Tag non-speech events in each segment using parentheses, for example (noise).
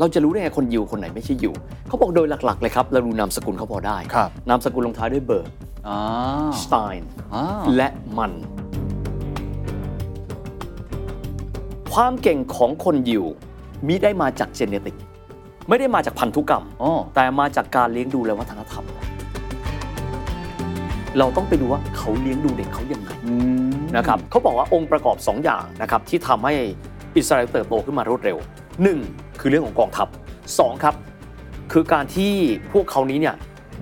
เราจะรู้ได้ไงคนยิวคนไหนไม่ใช่ยิวเขาบอกโดยหลักๆเลยครับเราดูนามสกุลเขาพอได้ ครับ นามสกุลลงท้ายด้วยเบิร์ก อ๋อ สไตน์ อ๋อ และมัน ความเก่งของคนยิวมิได้มาจากเจเนติก ไม่ได้มาจากพันธุกรรม อ๋อ แต่มาจากการเลี้ยงดูและวัฒนธรรม เราต้องไปดูว่าเขาเลี้ยงดูเด็กเขายังไง อืม นะครับเขาบอกว่าองค์ประกอบ 2 อย่างนะครับที่ทำให้อิสราเอลเติบโตขึ้นมารวดเร็ว 1. คือเรื่องของกองทัพ 2 ครับ คือการที่พวกเขานี้เนี่ย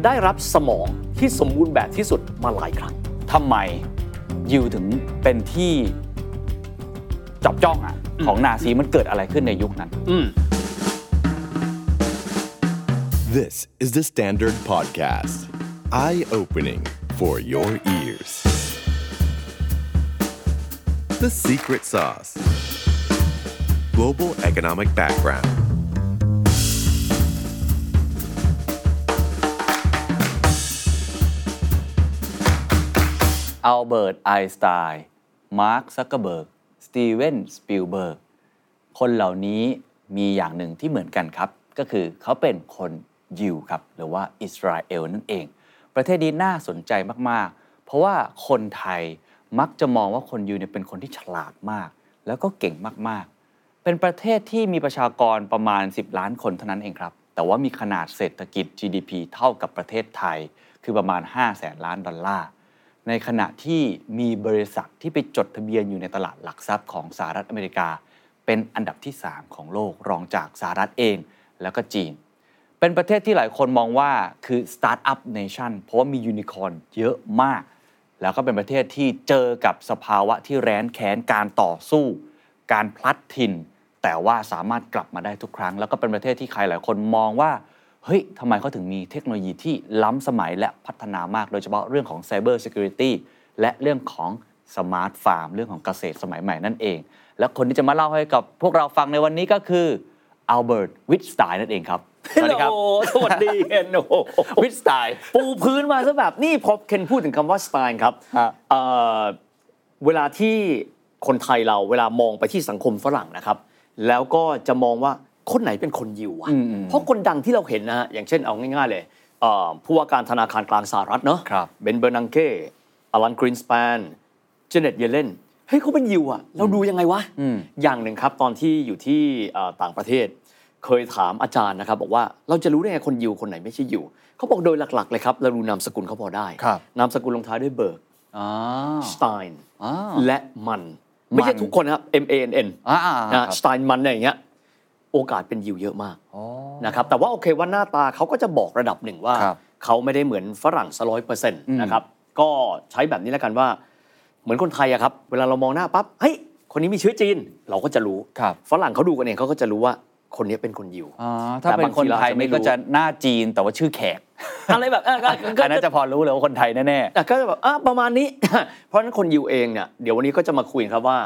ได้รับสมองที่สมบูรณ์แบบที่สุดมาหลายครั้ง ทำไมยิวถึงเป็นที่จับจ้องอะ อืม ของนาซีมันเกิดอะไรขึ้นในยุคนั้น อืม This is the Standard Podcast. Eye opening for your ears. The Secret Sauce Global Economic Background. a อ b เบิร์ตไอสไตน์มาร์คซักเกอร์เบิร์ก สตีเวนสปิลเบิร์ก คนเหล่านี้มีอย่างหนึ่งที่เหมือนกันครับ ก็คือเขาเป็นคนยิวครับ หรือว่าอิสราเอลนั่นเอง ประเทศนี้น่าสนใจมาก ๆ เพราะว่าคนไทยมักจะมองว่าคนยิวเนี่ยเป็นคนที่ฉลาดมาก แล้วก็เก่งมาก ๆ เป็นประเทศที่มีประชากรประมาณ 10 ล้านคนเท่านั้นเองครับ แต่ว่ามีขนาดเศรษฐกิจ GDP เท่ากับประเทศไทย คือประมาณ 5 0 0แสนล้านดอลลาร์ ในขณะที่มีบริษัทที่ไปจดทะเบียนอยู่ในตลาดหลักทรัพย์ของสหรัฐอเมริกา เป็นอันดับที่ 3 ของโลกรองจากสหรัฐเอง แล้วก็จีน เป็นประเทศที่หลายคนมองว่าคือ Startup Nation เพราะว่ามียูนิคอร์นเยอะมาก แล้วก็เป็นประเทศที่เจอกับสภาวะที่แร้นแค้นการต่อสู้ การพลัดถิ่น แต่ว่าสามารถกลับมาได้ทุกครั้ง แล้วก็เป็นประเทศที่ใครหลายคนมองว่า เฮ้ยทำไมเขาถึงมีเทคโนโลยีที่ล้ำสมัยและพัฒนามาก โดยเฉพาะเรื่องของ Cyber Security และเรื่องของ Smart Farm เรื่องของเกษตรสมัยใหม่นั่นเอง และคนที่จะมาเล่าให้กับพวกเราฟังในวันนี้ก็คืออัลเบิร์ตวิทสไตน์นั่นเองครับสวัสดีครับ โอ้โหสวัสดีเคนโอ้โห วิทสไตน์ ปูพื้นมาซะแบบนี่พอเคนพูดถึงคำว่าสไตล์ครับ ฮะ เอ่อเวลาที่คนไทยเราเวลามองไปที่สังคมฝรั่งนะครับ แล้วก็จะมองว่าคนไหนเป็นคนยิวอะเพราะคนดังที่เราเห็นนะฮะอย่างเช่นเอาง่ายๆเลยเอ่อผู้ว่าการธนาคารกลางสหรัฐเนอะ ครับ เบนเบอร์นังเก้อลันกรีนสแปน เจเน็ตเยเลน เฮ้ยเขาเป็นยิวอะเราดูยังไงวะ อย่างหนึ่งครับ ตอนที่อยู่ที่เอ่อต่างประเทศ เคยถามอาจารย์นะครับ บอกว่าเราจะรู้ได้ไงคนยิวคนไหนไม่ใช่ยิวเขาบอกโดยหลัก ๆ เลยครับ เราดูนามสกุลเขาพอได้ ครับ นามสกุลลงท้ายด้วยเบิร์ก อ๋อ สไตน์ อ๋อ และมัน ไม่ใช่ มัน ทุกคนนะครับ M A N N อ่าอ่าอ่า นะสไตน์มันอะไรอย่างเงี้ยโอกาสเป็นยิวเยอะมาก อ๋อ นะครับแต่ว่าโอเคว่าหน้าตาเขาก็จะบอกระดับหนึ่งว่า ครับ เขาไม่ได้เหมือนฝรั่งสร้อยเปอร์เซ็นต์ อืม นะครับก็ใช้แบบนี้แล้วกันว่า เหมือนคนไทยอะครับ เวลาเรามองหน้าปั๊บเฮ้ยคนนี้มีเชื้อจีน เราก็จะรู้ ครับ ฝรั่งเขาดูกันเองเขาก็จะรู้ว่าคนนี้เป็นคนยิว อ๋อถ้า แต่ เป็ บาน ง คน ทีเรา ไทอายจจะไม่ นี่ รู้ ก็จะหน้าจีนแต่ว่าชื่อแขก อะไรแบบเออก็ก็ อันนั้นจะพอรู้เลยว่าคนไทยแน่ อ่ะก็จะแบบอ่ะประมาณนี้ (laughs) เพราะฉะนั้นคนยิวเองเนี่ยเดี๋ยววันนี้ก็จะมาคุยกันครับว่า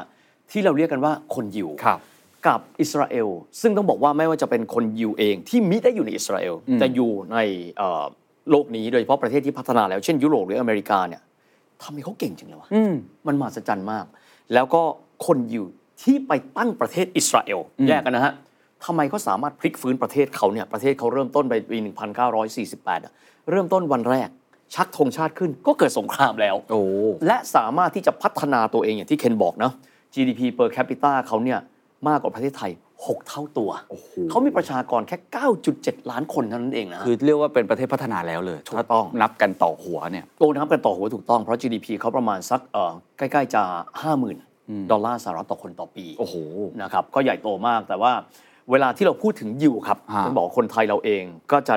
ที่เราเรียกกันว่าคนยิว ๆครับ กับอิสราเอล ซึ่งต้องบอกว่าไม่ว่าจะเป็นคนยิวเองที่มิได้อยู่ในอิสราเอล อืม แต่อยู่ในเอ่อโลกนี้โดยเฉพาะประเทศที่พัฒนาแล้วเช่นยุโรปหรืออเมริกาเนี่ยทำให้เขาเก่งจริงเลยวะ อืม มันมหัศจรรย์มาก แล้วก็คนยิวที่ไปตั้งประเทศอิสราเอล อืม แยกกันนะฮะทำไมเขาสามารถพลิกฟื้นประเทศเขาเนี่ยประเทศเขาเริ่มต้นไปปี 1948อะเริ่มต้นวันแรก ชักธงชาติขึ้นก็เกิดสงครามแล้ว โอ้ และสามารถที่จะพัฒนาตัวเองอย่างที่เคนบอกนะ GDP per capita เขาเนี่ยมากกว่าประเทศไทย 6 เท่าตัว โอ้โห เขามีประชากรแค่ 9.7 ล้านคนเท่านั้นเองนะ คือเรียกว่าเป็นประเทศพัฒนาแล้วเลย ถูกต้อง นับกันต่อหัวเนี่ย โตนับกันต่อหัวถูกต้อง เพราะ GDP เขาประมาณสักเอ่อใกล้ๆจะ 50,000 ดอลลาร์สหรัฐต่อคนต่อปี โอ้โห นะครับก็ใหญ่โตมากแต่ว่าเวลาที่เราพูดถึงยิวครับ ฮะ ต้องบอกว่าคนไทยเราเองก็จะ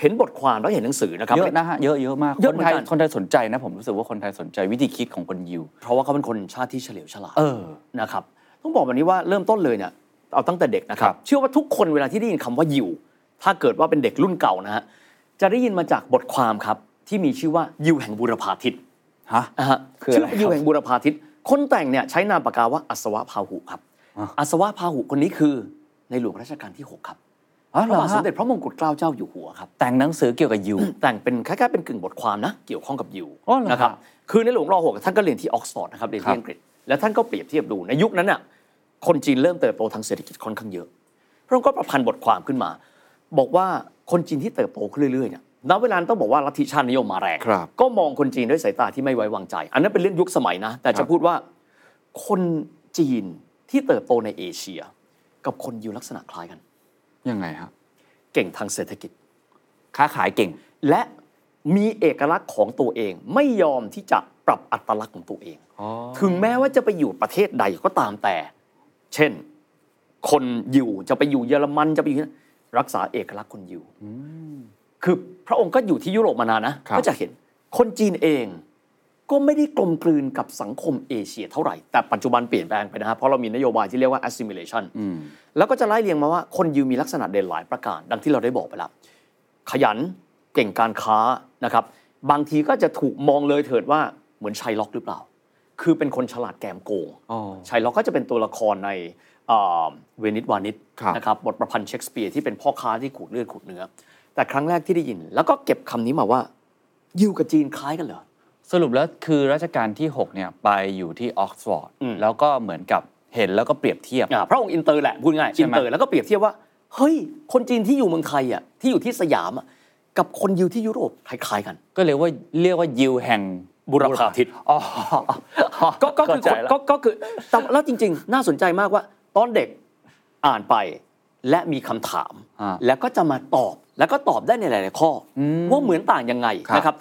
เห็นบทความแล้วเห็นหนังสือนะครับ เยอะนะฮะ เยอะเยอะมาก เยอะ คน เหมือ ไทย นกัน คนไทยสนใจนะ ผมรู้สึกว่าคนไทยสนใจวิธีคิดของคนยิว เพราะว่าเขาเป็นคนชาติที่เฉลียวฉลาด เออ นะครับต้องบอกแบบนี้ว่าเริ่มต้นเลยเนี่ยเอาตั้งแต่เด็กนะค ค รั รับ บ เชื่อว่าทุกคนเวลาที่ได้ยินคำว่ายิวถ้าเกิดว่าเป็นเด็กรุ่นเก่านะฮะจะได้ยินมาจากบทความครับ ที่มีชื่อว่ายิวแห่งบุรพาทิต ฮะ นะฮะ คืออะไร ชื่อว่ายิวแห่งบุรพาทิต คนแต่งเนี่ยใช้นามปากกาว่าอัศวะพาหุครับ อ่ะ อัศวะพาหุคนนี้คือในหลวงรัชกาลที่หกครับ อ๋อ พ เหรอบระาทส ฮะ มเด็จพระมงกุฎเกล้าเจ้าอยู่หัวครับ แต่งหนังสือเกี่ยวกับยิว แต่งเป็นคล้ายๆเป็นกึ่งบทความนะ เกี่ยวข้องกับยิว อ๋อเหรอครับ นะครับ คือในหลวงรอหกท่านก็เรียนที่ออกซฟอร์ดนะครับเรียน ครั ที่ บ อังกฤษ แล้วท่านก็เปรียบเทียบดูในยุคนั้นน่ะคนจีนเริ่มเติบโตทางเศรษฐกิจค่อนข้างเยอะ พระองค์ก็ประพันธ์บทความขึ้นมา บอกว่าคนจีนที่เติบโตขึ้นเรื่อยๆเนี่ยณเวลานั้นต้องบอกว่าลัทธิชาตินิยมมาแรง ครับ ก็มองคนจีนด้วยสายตาที่ไม่ไว้วางใจ อันนั้นเป็นเรื่องยุคสมัยนะ แต่จะพูดว่า คนจีนที่เติบโตในเอเชีย กับคนยิวลักษณะคล้ายกัน ยังไงครับ เก่งทางเศรษฐกิจ ค้าขายเก่ง และมีเอกลักษณ์ของตัวเองไม่ยอมที่จะปรับอัตลักษณ์ของตัวเอง ถึงแม้ว่าจะไปอยู่ประเทศใดก็ตามแต่ เช่น คนยิวจะไปอยู่เยอรมันจะไปอยู่ที่นั่นรักษาเอกลักษณ์คนยิวคือพระองค์ก็อยู่ที่ยุโรปมานานนะ ครับ ก็จะเห็นคนจีนเองก็ไม่ได้กลมกลืนกับสังคมเอเชียเท่าไหร่ แต่ปัจจุบันเปลี่ยนแปลงไปนะฮะเพราะเรามีนโยบายที่เรียกว่า assimilation แล้วก็จะไล่เรียงมาว่าคนยิวมีลักษณะเด่นหลายประการ ดังที่เราได้บอกไปแล้ว ขยันเก่งการค้านะครับ บางทีก็จะถูกมองเลยเถิดว่าเหมือนชัยล็อกหรือเปล่า คือเป็นคนฉลาดแกมโกงชัยล็อกก็จะเป็นตัวละครในเอ่อเวนิสวานิช ครับ นะครับบทประพันธ์เชคสเปียร์ที่เป็นพ่อค้าที่ขูดเลือดขูดเนื้อ แต่ครั้งแรกที่ได้ยิน แล้วก็เก็บคำนี้มาว่ายิวกับจีนคล้ายกันเหรอ สรุปแล้วคือรัชกาลที่ 6 เนี่ย ไปอยู่ที่ออกซฟอร์ด อืม แล้วก็เหมือนกับเห็นแล้วก็เปรียบเทียบ อ่าพระองค์อินเตอร์แหละพูดง่าย ใช่ อิ ไหม นเตอร์แล้วก็เปรียบเทียบว่าเฮ้ยคนจีนที่อยู่เมืองไทยอ่ะที่อยู่ที่สยามอ่ะกับคนยิวที่ยุโรปคล้ายๆกัน ก็เรียกว่าเรียกว่ายิวแห่ง บุรพาทิศ อ๋อ (laughs) ก็ก็คื เข้า อ ใจแล้ว ก็ก็คือแต่แล้วจริง ๆ น่าสนใจมากว่า ตอนเด็กอ่านไปและมีคำถาม อ่า แล้วก็จะมาตอบแล้วก็ตอบได้ในหลาย ๆ ข้ออว่าเหมือนต่างยังไง ครับ นะครับ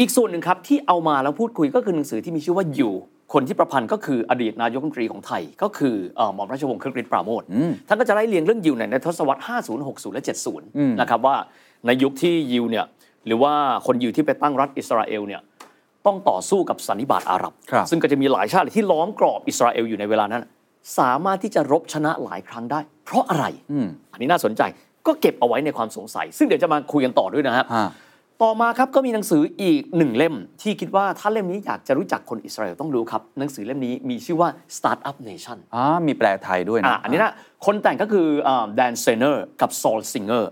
อีกส่วนหนึ่งครับที่เอามาแล้วพูดคุยก็คือหนังสือที่มีชื่อว่าอยู่คนที่ประพันธ์ก็คืออดีตนายกรัฐมนตรีของไทย ก็คือเอ่อหม่อมราชวงศ์คึกฤทธิ์ปราโมชท่านก็จะไล่เรียงเรื่องยิวในทศวรรษ 50 60 และ 70 นะครับว่าในยุคที่ยิวเนี่ยหรือว่าคนยิวที่ไปตั้งรัฐอิสราเอลเนี่ยต้องต่อสู้กับสันนิบาตอาหรับ ครับ ซึ่งก็จะมีหลายชาติที่ล้อมกรอบอิสราเอลอยู่ในเวลานั้น สามารถที่จะรบชนะหลายครั้งได้ เพราะอะไรอันนี้น่าสนใจก็เก็บเอาไว้ในความสงสัย ซึ่งเดี๋ยวจะมาคุยกันต่อด้วยนะครับ ฮะ ต่อมาครับก็มีหนังสืออีกหนึ่งเล่ม ที่คิดว่าถ้าเล่มนี้อยากจะรู้จักคนอิสราเอลต้องรู้ครับ หนังสือเล่มนี้มีชื่อว่า Startup Nation อ๋อมีแปลไทยด้วยนะ อ่ะอันนี้นะ คนแต่งก็คือแดนเซเนอร์กับซอลซิงเกอร์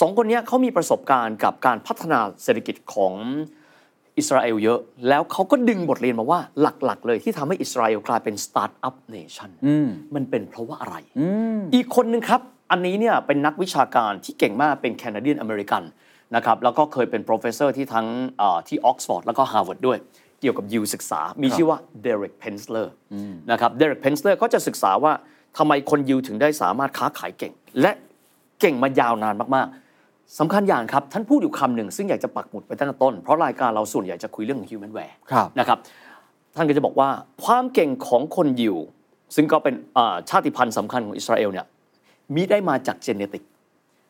สองคนเนี้ยเขามีประสบการณ์กับการพัฒนาเศรษฐกิจของอิสราเอลเยอะ แล้วเขาก็ดึงบทเรียนมาว่าหลักๆ เลยที่ทำให้อิสราเอลกลายเป็นสตาร์ทอัพเนชั่นมันเป็นเพราะว่าอะไร อีกคนนึงครับ อันนี้เนี่ยเป็นนักวิชาการที่เก่งมากเป็นแคนาเดียนอเมริกันนะครับแล้วก็เคยเป็น professor ที่ทั้งเอ่อที่ออกซฟอร์ดแล้วก็ฮาร์วาร์ดด้วย เกี่ยวกับยิวศึกษา มีชื่อว่าเดริกเพน s เลอร์นะครับเดริกเพน s เลอร์ก็จะศึกษาว่าทำไมคนยิวถึงได้สามารถค้าขายเก่ง และเก่งมายาวนานมาก ๆสำคัญอย่างครับ ท่านพูดอยู่คำหนึ่ง ซึ่งอยากจะปักหมุดไปตั้งแต่ต้น เพราะรายการเราส่วนใหญ่จะคุยเรื่องของ human ware ครับ นะครับ ท่านก็จะบอกว่าความเก่งของคนยิว ซึ่งก็เป็นอ่าชาติพันธุ์สำคัญของอิสราเอลเนี่ยมิได้มาจากเจเนติก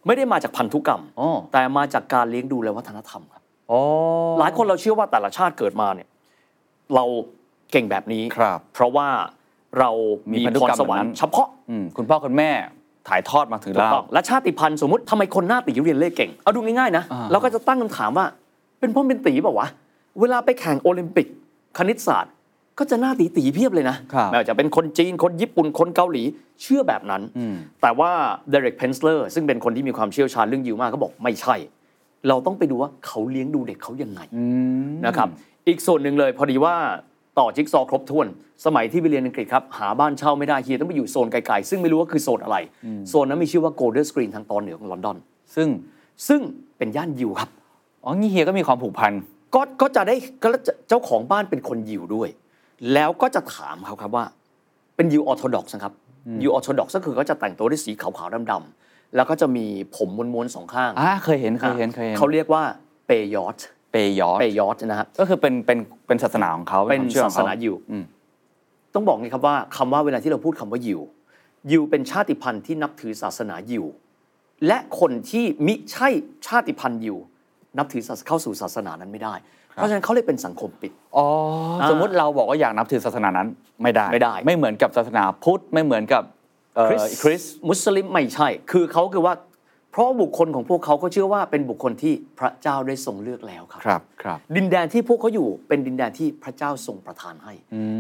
ไม่ได้มาจากพันธุกรรม อ๋อ แต่มาจากการเลี้ยงดูและวัฒนธรรมครับ อ๋อ หลายคนเราเชื่อว่าแต่ละชาติเกิดมาเนี่ยเราเก่งแบบนี้ ครับ เพราะว่าเรา มี มี พันธุ พร กรรม สวรร แบบนั้ ค์ น เฉพาะ อืมคุณพ่อคุณแม่ถ่ายทอดมาถึง ถูก เรา ต้องและชาติพันธุ์สมมติทำไมคนหน้าตีเรียนเลขเก่ง เอาดูง่าย ๆ นะ อ่า เราก็จะตั้งคำถามว่า เป็นเพ่อเป็นตีเปล่าวะ เวลาไปแข่งโอลิมปิก คณิตศาสตร์ ก็จะหน้าตีตีเพียบเลยนะ ครับ ไม่ว่าจะเป็นคนจีน คนญี่ปุ่น คนเกาหลี เชื่อแบบนั้น แต่ว่าเดเร็กเพน s เลอร์ซึ่งเป็นคนที่มีความเชี่ยวชาญเรื่องยิวมากก็บอกไม่ใช่ เราต้องไปดูว่าเขาเลี้ยงดูเด็กเขายังไงนะครับ อีกส่วนหนึ่งเลยพอดีว่าต่อจิ๊กซอว์ครบถ้วน สมัยที่ไปเรียนอังกฤษครับ หาบ้านเช่าไม่ได้เฮียต้องไปอยู่โซนไกลๆ ซึ่งไม่รู้ว่าคือโซนอะไร โซนนั้นมีชื่อว่าโกลเด้นสกรีนทางตอนเหนือของลอนดอน ซึ่ง ซึ่งเป็นย่านยิวครับ อ๋องี้เฮียก็มีความผูกพัน ก็ก็จะได้ก็จะเจ้าของบ้านเป็นคนยิวด้วย แล้วก็จะถามเขาครับว่า เป็นยิวออร์โธดอกซ์นะครับยิวออร์โธดอกซ์ก็คือเขาจะแต่งตัวด้วยสีขาวๆดำๆแล้วก็จะมีผมม้วนๆสองข้าง อ่าเคยเห็นเคยเห็นเคยเห็น เขาเรียกว่าเปยอต เปยอร์ เปยอตนะฮะ ก็คือเป็นเป็นเป็นศาสนาของเขา เป็น ควมชื่อข ศา อง ส ข นายิว อืม ต้องบอกไงครับว่าคำว่าเวลาที่เราพูดคำว่ายิว ยิวเป็นชาติพันธุ์ที่นับถือศาสนายิว และคนที่มิใช่ชาติพันธุ์ยิว นับถือศาสเข้าสู่ศาสนานั้นไม่ได้ เพราะฉะนั้นเขาเลยเป็นสังคมปิด อ๋ออา สมมติเราบอกว่าอยากนับถือศาสนานั้นไม่ได้ ไม่ได้ ไม่เหมือนกับศาสนาพุทธไม่เหมือนกับเอ่อคริสต์ มุสลิมไม่ใช่ คือเขาคือว่า เพราะบุคคลของพวกเขาก็เชื่อว่าเป็นบุคคลที่พระเจ้าได้ทรงเลือกแล้วครับ ครับ ครับ ดินแดนที่พวกเขาอยู่เป็นดินแดนที่พระเจ้าทรงประทานให้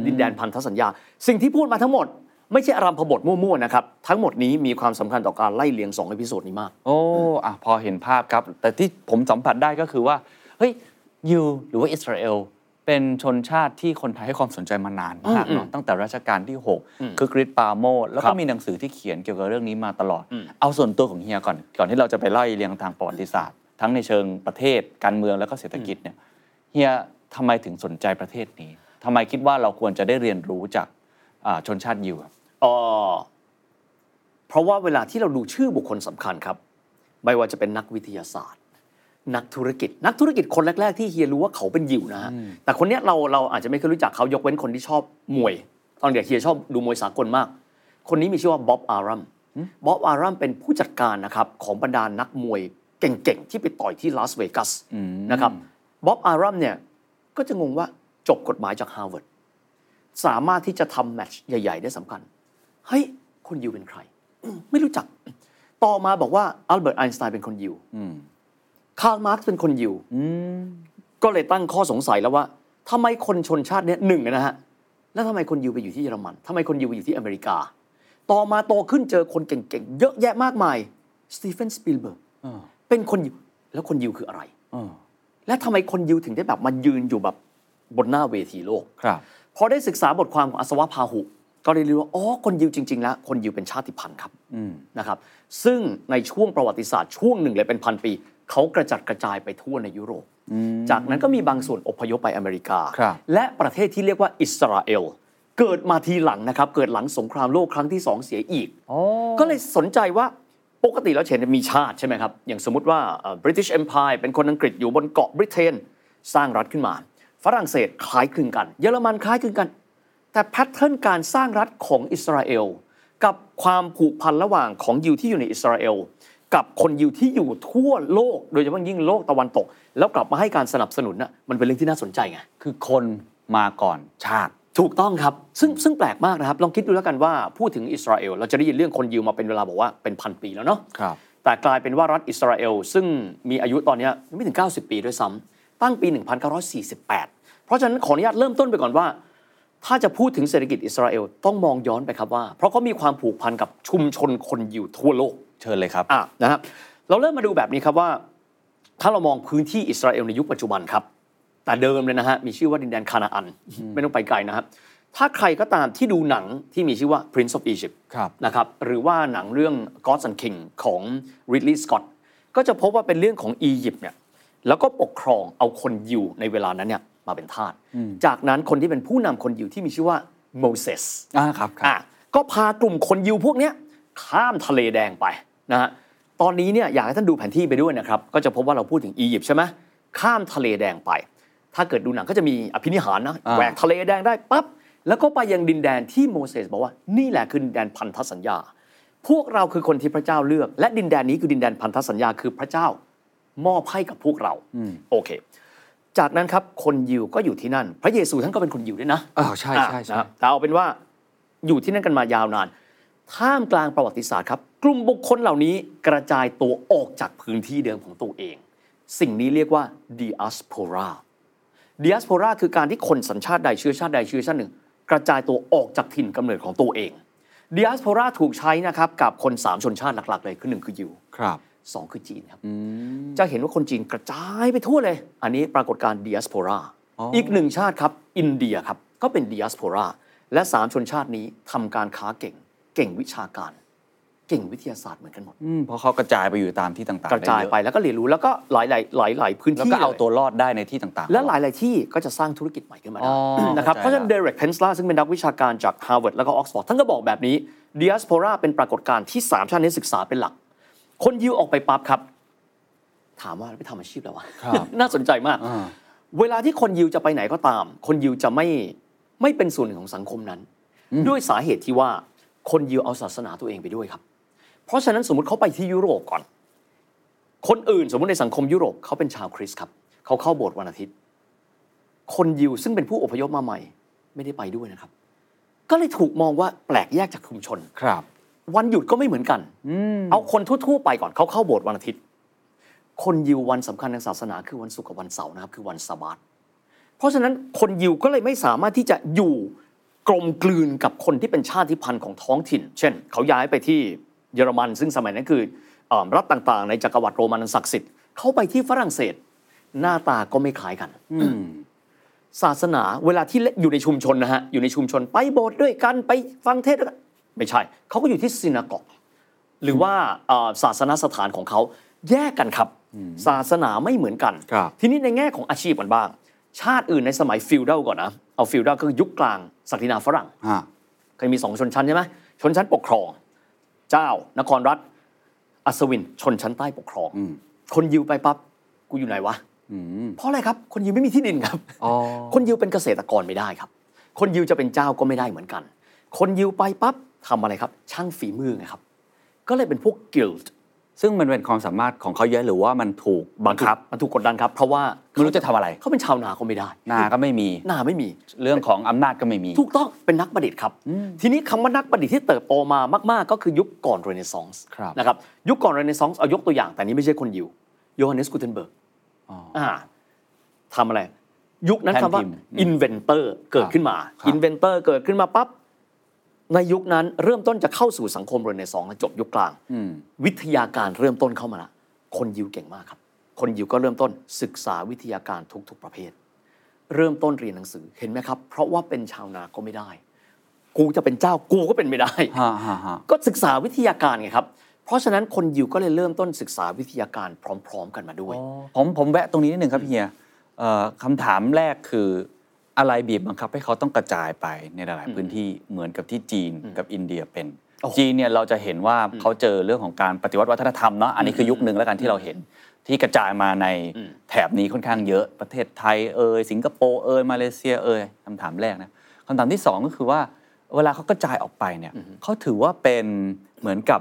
ดินแดนพันธสัญญา สิ่งที่พูดมาทั้งหมด ไม่ใช่อารัมพบทมั่วๆนะครับ ทั้งหมดนี้มีความสำคัญต่อการไล่เลียงสองเอพิโซดนี้มาก โอ้อะพอเห็นภาพครับ แต่ที่ผมสัมผัสได้ก็คือว่า เฮ้ยยูหรือว่าอิสราเอล เป็นชนชาติที่คนไทยให้ความสนใจมานานมากเนอะตั้งแต่รัชกาลที่ 6 คือกริชปาโมดแล้ว ครั ก็ บ มีหนังสือที่เขียนเกี่ยวกับเรื่องนี้มาตลอด อืม เอาส่วนตัวของเฮียก่อน ก่อนที่เราจะไปไล่เรียงทางประวัติศาสตร์ ทั้งในเชิงประเทศการเมืองแล้วก็เศรษฐกิจเนี่ยเฮียทำไมถึงสนใจประเทศนี้ทำไมคิดว่าเราควรจะได้เรียนรู้จากอ่าชนชาติยิวครับ เอ่อเพราะว่าเวลาที่เราดูชื่อบุคคลสำคัญครับ ไม่ว่าจะเป็นนักวิทยาศาสตร์ นักธุรกิจ นักธุรกิจคนแรก ๆ ที่เฮียรู้ว่าเขาเป็นยิวนะฮะแต่คนเนี้ยเราเราอาจจะไม่เคยรู้จักเขายกเว้นคนที่ชอบมวย ตอนเด็กเฮียชอบดูมวยสากลมาก คนนี้มีชื่อว่าบ๊อบอารัมบ๊อบอารัมเป็นผู้จัดการนะครับของบรรดานักมวยเก่งๆ ที่ไปต่อยที่ลาสเวกัสนะครับบ๊อบอารัมเนี่ยก็จะงงว่าจบกฎหมายจากฮาร์วาร์ด สามารถที่จะทำแมตช์ใหญ่ ๆ ได้สำคัญ เฮ้ย คนยิวเป็นใครอืมไม่รู้จัก ต่อมาบอกว่าอัลเบิร์ตไอน์สไตน์เป็นคนยิวคาร์ลมาร์กซ์เป็นคนยิวก็เลยตั้งข้อสงสัยแล้วว่าทำไมคนชนชาติเนี้ยหนึ่งนะฮะ แล้วทำไมคนยิวไปอยู่ที่เยอรมันทำไมคนยิวไปอยู่ที่อเมริกา ต่อมาโตขึ้นเจอคนเก่งๆ เยอะแยะมากมายสตีเฟนสปิลเบิร์กเป็นคนยิวแล้วคนยิวคืออะไรและทำไมคนยิวถึงได้แบบมายืนอยู่แบบบนหน้าเวทีโลก ครับ พอได้ศึกษาบทความของอัศวพาหุ ก็ได้รู้ว่าอ๋อคนยิวจริง ๆ แล้ว คนยิวเป็นชาติพันธุ์ครับนะครับ ซึ่งในช่วงประวัติศาสตร์ช่วงหนึ่งเลยเป็นพันปี เขากระจัดกระจายไปทั่วในยุโรป จากนั้นก็มีบางส่วนอพยพไปอเมริกา ครับ และประเทศที่เรียกว่าอิสราเอล เกิดมาทีหลังนะครับ เกิดหลังสงครามโลกครั้งที่สองเสียอีก ก็เลยสนใจว่าปกติแล้วเห็นมีชาติใช่ไหมครับ อย่างสมมติว่าเอ่อ British Empire เป็นคนอังกฤษอยู่บนเกาะบริเตนสร้างรัฐขึ้นมา ฝรั่งเศสคล้ายคลึงกัน เยอรมันคล้ายคลึงกัน แต่แพทเทิร์นการสร้างรัฐของอิสราเอล กับความผูกพันระหว่างของยิวที่อยู่ในอิสราเอล กับคนยิวที่อยู่ทั่วโลก โดยเฉพาะยิ่งโลกตะวันตก แล้วกลับมาให้การสนับสนุนน่ะมันเป็นเรื่องที่น่าสนใจไง คือคนมาก่อนชาติ ถูกต้องครับ ซึ่งซึ่งแปลกมากนะครับ ลองคิดดูแล้วกันว่าพูดถึงอิสราเอล เราจะได้ยินเรื่องคนยิวมาเป็นเวลาบอกว่าเป็นพันปีแล้วเนาะ ครับ แต่กลายเป็นว่ารัฐอิสราเอล ซึ่งมีอายุตอนเนี้ยยังไม่ถึง 90 ปีด้วยซ้ำตั้งปี 1948 เพราะฉะนั้นขออนุญาตเริ่มต้นไปก่อนว่า ถ้าจะพูดถึงเศรษฐกิจอิสราเอลต้องมองย้อนไปครับว่า เพราะเขามีความผูกพันกับชุมชนคนยิวทั่วโลก เชิญเลยครับ อ่ะนะครับเราเริ่มมาดูแบบนี้ครับว่า ถ้าเรามองพื้นที่อิสราเอลในยุคปัจจุบันครับ แต่เดิมเลยนะฮะ มีชื่อว่าดินแดนคานาอัน ไม่ต้องไปไกลนะครับ ถ้าใครก็ตามที่ดูหนังที่มีชื่อว่า Prince of Egypt ครับ นะครับหรือว่าหนังเรื่อง Gods and King ของ Ridley Scott ก็จะพบว่าเป็นเรื่องของอียิปต์เนี่ยแล้วก็ปกครองเอาคนยิวในเวลานั้นเนี่ยมาเป็นทาสจากนั้นคนที่เป็นผู้นำคนยิวที่มีชื่อว่าโมเสส อ่าครับครั อ่ะ บ ก็พากลุ่มคนยิวพวกเนี้ยข้ามทะเลแดงไปนะฮะตอนนี้เนี่ยอยากให้ท่านดูแผนที่ไปด้วยนะครับ ก็จะพบว่าเราพูดถึงอียิปต์ใช่ไหมข้ามทะเลแดงไป ถ้าเกิดดูหนังก็จะมีอภินิหารนะ อ่า แหวกทะเลแดงได้ปั๊บแล้วก็ไปยังดินแดนที่โมเสสบอกว่านี่แหละคือดินแดนพันธสัญญา พวกเราคือคนที่พระเจ้าเลือก และดินแดนนี้คือดินแดนพันธสัญญาคือพระเจ้ามอบให้กับพวกเราโอเค จากนั้นครับคนยิวก็อยู่ที่นั่น พระเยซูท่านก็เป็นคนยิวด้วยนะ อ้าวใช่ใช่ อ่ะ ใช่ นะครับแต่เอาเป็นว่าอยู่ที่นั่นกันมายาวนาน ท่ามกลางประวัติศาสตร์ครับ กลุ่มบุคคลเหล่านี้กระจายตัวออกจากพื้นที่เดิมของตัวเอง สิ่งนี้เรียกว่า diaspora diaspora คือการที่คนสัญชาติใดเชื้อชาติใดเชื้อชาติหนึ่ง กระจายตัวออกจากถิ่นกำเนิดของตัวเอง diaspora ถูกใช้นะครับกับคนสามชนชาติหลักๆเลยคือหนึ่งคือยิว ครับ สองคือจีนครับ จะเห็นว่าคนจีนกระจายไปทั่วเลย อันนี้ปรากฏการณ์ดิอสโพราอีกหนึ่งชาติครับ อินเดียครับ ก็เป็นดิอสโพราและสามชนชาตินี้ทำการค้าเก่ง เก่งวิชาการ เก่งวิทยาศาสตร์เหมือนกันหมด อืมเพราะเขากระจายไปอยู่ตามที่ต่างๆ กระจายไป ด้เอ แล้วก็เรียนรู้แล้วก็หลายๆหลายๆพื้น แล้ว ที่ ก็เอา ลย ตัวรอดได้ในที่ต่างๆ และหลาย ๆ ที่ก็จะสร้างธุรกิจใหม่ขึ้นมา อ๋ ได้ อ นะครับ เพ เข้าใจ ราะฉะนั้น ละ เดเร็กเพนซ์ลาซึ่งเป็นนักวิชาการจากฮาร์วาร์ดแล้วก็ออกซฟอร์ดท่านก็บอกแบบนี้ดิอสโพราเป็นปรากฏการณ์ที่ 3 ชาตินี้ศึกษาเป็นหลัก คนยิวออกไปปั๊บครับ ถามว่าแล้วไปทำอาชีพแล้ววะ (laughs) น่าสนใจมาก เวลาที่คนยิวจะไปไหนก็ตาม คนยิวจะไม่ไม่เป็นส่วนหนึ่งของสังคมนั้น ด้วยสาเหตุที่ว่าคนยิวเอาศาสนาตัวเองไปด้วยครับ เพราะฉะนั้นสมมติเขาไปที่ยุโรปก่อน คนอื่นสมมติในสังคมยุโรปเขาเป็นชาวคริสต์ครับ เขาเข้าโบสถ์วันอาทิตย์ คนยิวซึ่งเป็นผู้อพยพมาใหม่ ไม่ได้ไปด้วยนะครับ ก็เลยถูกมองว่าแปลกแยกจากชุมชน ครับ วันหยุดก็ไม่เหมือนกัน เอาคนทั่วๆไปก่อนเขาเข้าโบสถ์วันอาทิตย์ คนยิววันสำคัญทางศาสนาคือวันศุกร์กับวันเสาร์นะครับ คือวันสะบาตเพราะฉะนั้นคนยิวก็เลยไม่สามารถที่จะอยู่กลมกลืนกับคนที่เป็นชาติพันธุ์ของท้องถิ่น เช่น เขาย้ายไปที่เยอรมัน ซึ่งสมัยนั้นคือเอ่อรัฐต่างๆ ในจักรวรรดิโรมันอันศักดิ์สิทธิ์เขาไปที่ฝรั่งเศส หน้าตาก็ไม่คล้ายกัน ศาสนาเวลาที่อยู่ในชุมชนนะฮะ อยู่ในชุมชนไปโบสถ์ด้วยกันไปฟังเทศน์ด้วยกันไม่ใช่ เขาก็อยู่ที่ซินากอก หรือว่าเอ่อศาสนสถานของเขาแยกกันครับ ศาสนาไม่เหมือนกัน ครับ ทีนี้ในแง่ของอาชีพกันบ้าง ชาติอื่นในสมัยฟิวดัลก่อนนะเอาฟิวดัลก็คือยุคกลางศักดินาฝรั่ง ฮะ เคยมีสองชนชั้นใช่ไหมชนชั้นปกครอง เจ้านครรัฐ อัศวินชนชั้นใต้ปกครอง คนยิวไปปั๊บกูอยู่ไหนวะเพราะอะไรครับ คนยิวไม่มีที่ดินครับ อ๋อ คนยิวเป็นเกษตรกรไม่ได้ครับ คนยิวจะเป็นเจ้าก็ไม่ได้เหมือนกัน คนยิวไปปั๊บทำอะไรครับ ช่างฝีมือไงครับ ก็เลยเป็นพวกกิลด์ ซึ่งมันเป็นความสามารถของเขาเยอะหรือว่ามันถูกบังคับ มันถูกกดดันครับ เพราะว่า ไม่รู้จะทำอะไร เขาเป็นชาวนาก็ไม่ได้ นาก็ไม่มี นาไม่มี เรื่องของอำนาจก็ไม่มี ถูกต้องเป็นนักประดิษฐ์ครับ ทีนี้คำว่านักประดิษฐ์ที่เติบโตมามากๆ ก็คือยุคก่อนเรเนซองส์ ครับ นะครับยุคก่อนเรเนซองส์เอายกตัวอย่างแต่นี้ไม่ใช่คนยิวโยฮันเนสกูเทนเบิร์กาทำอะไร ยุคนั้นคำว่า แท่นพิมพ์ อินเวนเตอร์เกิดขึ้นมา ครับ อินเวนเตอร์เกิดขึ้นมาปั๊บในยุคนั้นเริ่มต้นจะเข้าสู่สังคมเรเนซองส์และจบยุคกลาง อืม วิทยาการเริ่มต้นเข้ามาละคนยิวเก่งมากครับ คนยิวก็เริ่มต้นศึกษาวิทยาการทุกๆประเภท เริ่มต้นเรียนหนังสือเห็นไหมครับ เพราะว่าเป็นชาวนาก็ไม่ได้ กูจะเป็นเจ้ากูก็เป็นไม่ได้ ฮะฮะฮะ ก็ศึกษาวิทยาการไงครับ เพราะฉะนั้นคนยิวก็เลยเริ่มต้นศึกษาวิทยาการพร้อม ๆ กันมาด้วย ผมผมแวะตรงนี้นิดหนึ่งครับเฮียเอ่อคำถามแรกคืออะไรบีบบังคับให้เขาต้องกระจายไปในหลาย ๆ พื้นที่เหมือนกับที่จีนกับอินเดียเป็น โอ้โห จีนเนี่ยเราจะเห็นว่าเขาเจอเรื่องของการปฏิวัติวัฒนธรรมเนาะอันนี้คือยุคหนึ่งแล้วกันที่เราเห็นที่กระจายมาใน อืม แถบนี้ค่อนข้างเยอะประเทศไทยเอยสิงคโปร์เอยมาเลเซียเอยคำถามแรกนะคำถามที่สองก็คือว่าเวลาเขากระจายออกไปเนี่ยเขาถือว่าเป็นเหมือนกับ